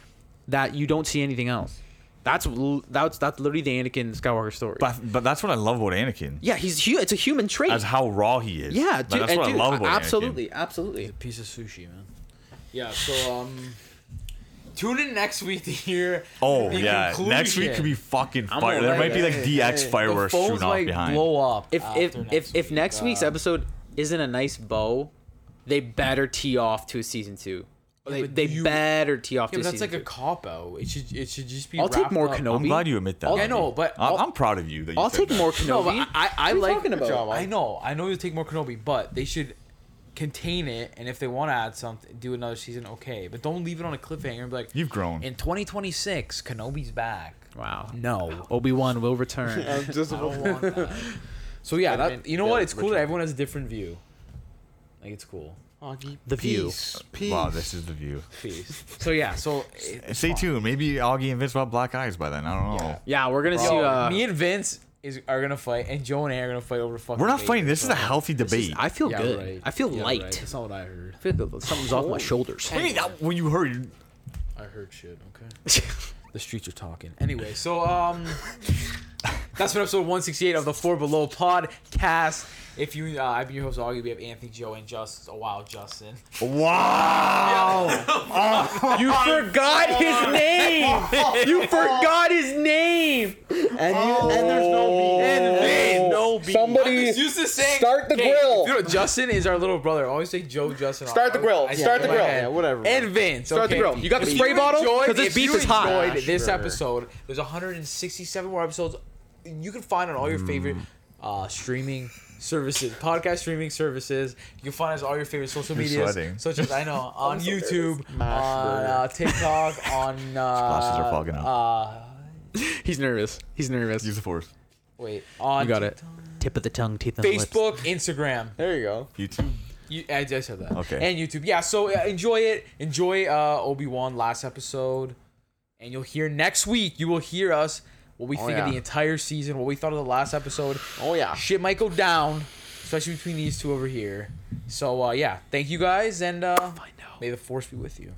[SPEAKER 3] that you don't see anything else. That's l- that's that's literally the Anakin Skywalker story.
[SPEAKER 4] but, but that's what I love about Anakin
[SPEAKER 3] yeah, he's hu- it's a human trait.
[SPEAKER 4] as how raw he is
[SPEAKER 3] yeah,
[SPEAKER 4] Like,
[SPEAKER 3] dude,
[SPEAKER 4] that's
[SPEAKER 3] and
[SPEAKER 4] what
[SPEAKER 3] dude,
[SPEAKER 4] I love about Anakin.
[SPEAKER 3] absolutely, absolutely.
[SPEAKER 1] Piece of sushi, man. Yeah. So um, tune in next week to hear.
[SPEAKER 4] Oh
[SPEAKER 1] the
[SPEAKER 4] yeah, next week
[SPEAKER 1] conclusion.
[SPEAKER 4] could be fucking
[SPEAKER 1] I'm
[SPEAKER 4] fire. There
[SPEAKER 1] alright,
[SPEAKER 4] might be like
[SPEAKER 2] hey,
[SPEAKER 4] DX
[SPEAKER 2] hey.
[SPEAKER 1] The
[SPEAKER 4] fireworks
[SPEAKER 1] phones
[SPEAKER 4] shooting off
[SPEAKER 1] might
[SPEAKER 4] behind.
[SPEAKER 1] blow up.
[SPEAKER 3] if
[SPEAKER 1] after
[SPEAKER 3] if if, if next week's
[SPEAKER 1] uh,
[SPEAKER 3] episode isn't a nice bow, they better tee off to a season two. they
[SPEAKER 1] but
[SPEAKER 3] they
[SPEAKER 1] you-
[SPEAKER 3] better tee off
[SPEAKER 1] Yeah,
[SPEAKER 3] to
[SPEAKER 1] but
[SPEAKER 3] a
[SPEAKER 1] that's
[SPEAKER 3] season
[SPEAKER 1] like a
[SPEAKER 3] two.
[SPEAKER 1] cop out. It should it should just be.
[SPEAKER 3] I'll take
[SPEAKER 1] wrapped
[SPEAKER 3] more
[SPEAKER 1] up.
[SPEAKER 3] Kenobi.
[SPEAKER 4] I'm glad you admit that.
[SPEAKER 1] I know,
[SPEAKER 4] Andy.
[SPEAKER 1] but
[SPEAKER 4] I'm,
[SPEAKER 1] I'll-
[SPEAKER 4] I'm proud of you. That you
[SPEAKER 3] I'll
[SPEAKER 4] said
[SPEAKER 3] take
[SPEAKER 4] that.
[SPEAKER 3] more Kenobi.
[SPEAKER 1] No, but I I, I
[SPEAKER 3] What are you
[SPEAKER 1] like.
[SPEAKER 3] talking about?
[SPEAKER 2] job,
[SPEAKER 1] I know, I know you'll take more Kenobi, but they should contain it. And if they want to add something, do another season. Okay, but don't leave it on a cliffhanger and be like,
[SPEAKER 4] You've grown.
[SPEAKER 1] In 2026, Kenobi's back.
[SPEAKER 3] Wow.
[SPEAKER 1] No.
[SPEAKER 3] Obi Wan will return.
[SPEAKER 2] I'm just-
[SPEAKER 1] I don't want that. So yeah,
[SPEAKER 2] Would've
[SPEAKER 1] that,
[SPEAKER 2] been
[SPEAKER 1] you know what?
[SPEAKER 2] built
[SPEAKER 1] It's cool that
[SPEAKER 2] Richard.
[SPEAKER 1] everyone has a different view. Like it's cool.
[SPEAKER 2] Augie,
[SPEAKER 3] The View.
[SPEAKER 2] peace, Peace.
[SPEAKER 4] Wow, this is the view.
[SPEAKER 1] Peace. So yeah, so it-
[SPEAKER 4] Stay tuned. Maybe Augie and Vince will have black eyes by then. I don't know.
[SPEAKER 3] Yeah, we're gonna see. Uh,
[SPEAKER 1] me and Vince is are gonna fight, and Joe and I are gonna fight over fucking.
[SPEAKER 4] We're not
[SPEAKER 1] Baker,
[SPEAKER 4] fighting. This is
[SPEAKER 1] so-
[SPEAKER 4] a healthy debate.
[SPEAKER 3] I feel
[SPEAKER 1] Yeah,
[SPEAKER 3] good.
[SPEAKER 1] right.
[SPEAKER 3] I feel
[SPEAKER 1] Yeah,
[SPEAKER 3] light.
[SPEAKER 1] right. That's not what I heard.
[SPEAKER 3] I feel good. Something's off my shoulders.
[SPEAKER 4] Wait, that- when you heard,
[SPEAKER 1] I heard shit. Okay. the streets are talking. Anyway, so um, that's been episode one sixty eight of the Four Below podcast. If you, uh, I've been your host Augie. We have Anthony, Joe, and Justin. Oh wow, Justin.
[SPEAKER 4] wow,
[SPEAKER 3] You forgot
[SPEAKER 1] Oh,
[SPEAKER 3] his name. You forgot his name.
[SPEAKER 2] And, you, and there's no beef.
[SPEAKER 1] Vince,
[SPEAKER 3] no
[SPEAKER 1] beef.
[SPEAKER 3] somebody
[SPEAKER 1] I'm just used to saying,
[SPEAKER 2] start the
[SPEAKER 1] Okay,
[SPEAKER 2] grill.
[SPEAKER 1] You know, Justin is our little brother. I always say Joe, Justin.
[SPEAKER 2] Start the grill.
[SPEAKER 1] I- I-
[SPEAKER 2] Start the
[SPEAKER 1] in my
[SPEAKER 2] grill.
[SPEAKER 1] head.
[SPEAKER 2] Yeah, whatever, bro.
[SPEAKER 1] And Vince.
[SPEAKER 3] Start the
[SPEAKER 1] okay?
[SPEAKER 3] grill. You got the
[SPEAKER 1] If
[SPEAKER 3] spray bottle?
[SPEAKER 1] enjoyed-
[SPEAKER 3] 'Cause this
[SPEAKER 1] if
[SPEAKER 3] beef
[SPEAKER 1] you
[SPEAKER 3] is hot.
[SPEAKER 1] enjoyed
[SPEAKER 2] Yeah,
[SPEAKER 1] this
[SPEAKER 2] sure.
[SPEAKER 1] episode. There's 167 more episodes. You can find on all your
[SPEAKER 2] Mm.
[SPEAKER 1] favorite uh, streaming services, podcast streaming services. You can find us on all your favorite social
[SPEAKER 4] You're
[SPEAKER 1] media,
[SPEAKER 4] sweating.
[SPEAKER 1] such as I know on
[SPEAKER 2] so nervous.
[SPEAKER 1] YouTube, on
[SPEAKER 2] Mash
[SPEAKER 1] uh, TikTok, on uh,
[SPEAKER 4] Glasses are fogging up.
[SPEAKER 1] Uh,
[SPEAKER 3] He's nervous. He's nervous.
[SPEAKER 4] use the force.
[SPEAKER 1] wait, on
[SPEAKER 3] you got it.
[SPEAKER 1] TikTok,
[SPEAKER 3] Tip of the tongue, teeth, and
[SPEAKER 1] Facebook, Instagram.
[SPEAKER 2] There you go.
[SPEAKER 4] You too.
[SPEAKER 1] You, I just said that.
[SPEAKER 4] Okay.
[SPEAKER 1] And YouTube. Yeah, so uh, enjoy it. Enjoy uh, Obi Wan last episode. And you'll hear next week, you will hear us what we
[SPEAKER 2] Oh,
[SPEAKER 1] think of
[SPEAKER 2] yeah.
[SPEAKER 1] the entire season, what we thought of the last episode.
[SPEAKER 2] Oh yeah.
[SPEAKER 1] Shit might go down, especially between these two over here. So, uh, yeah, thank you guys, and uh,
[SPEAKER 3] I know.
[SPEAKER 1] may the force be with you.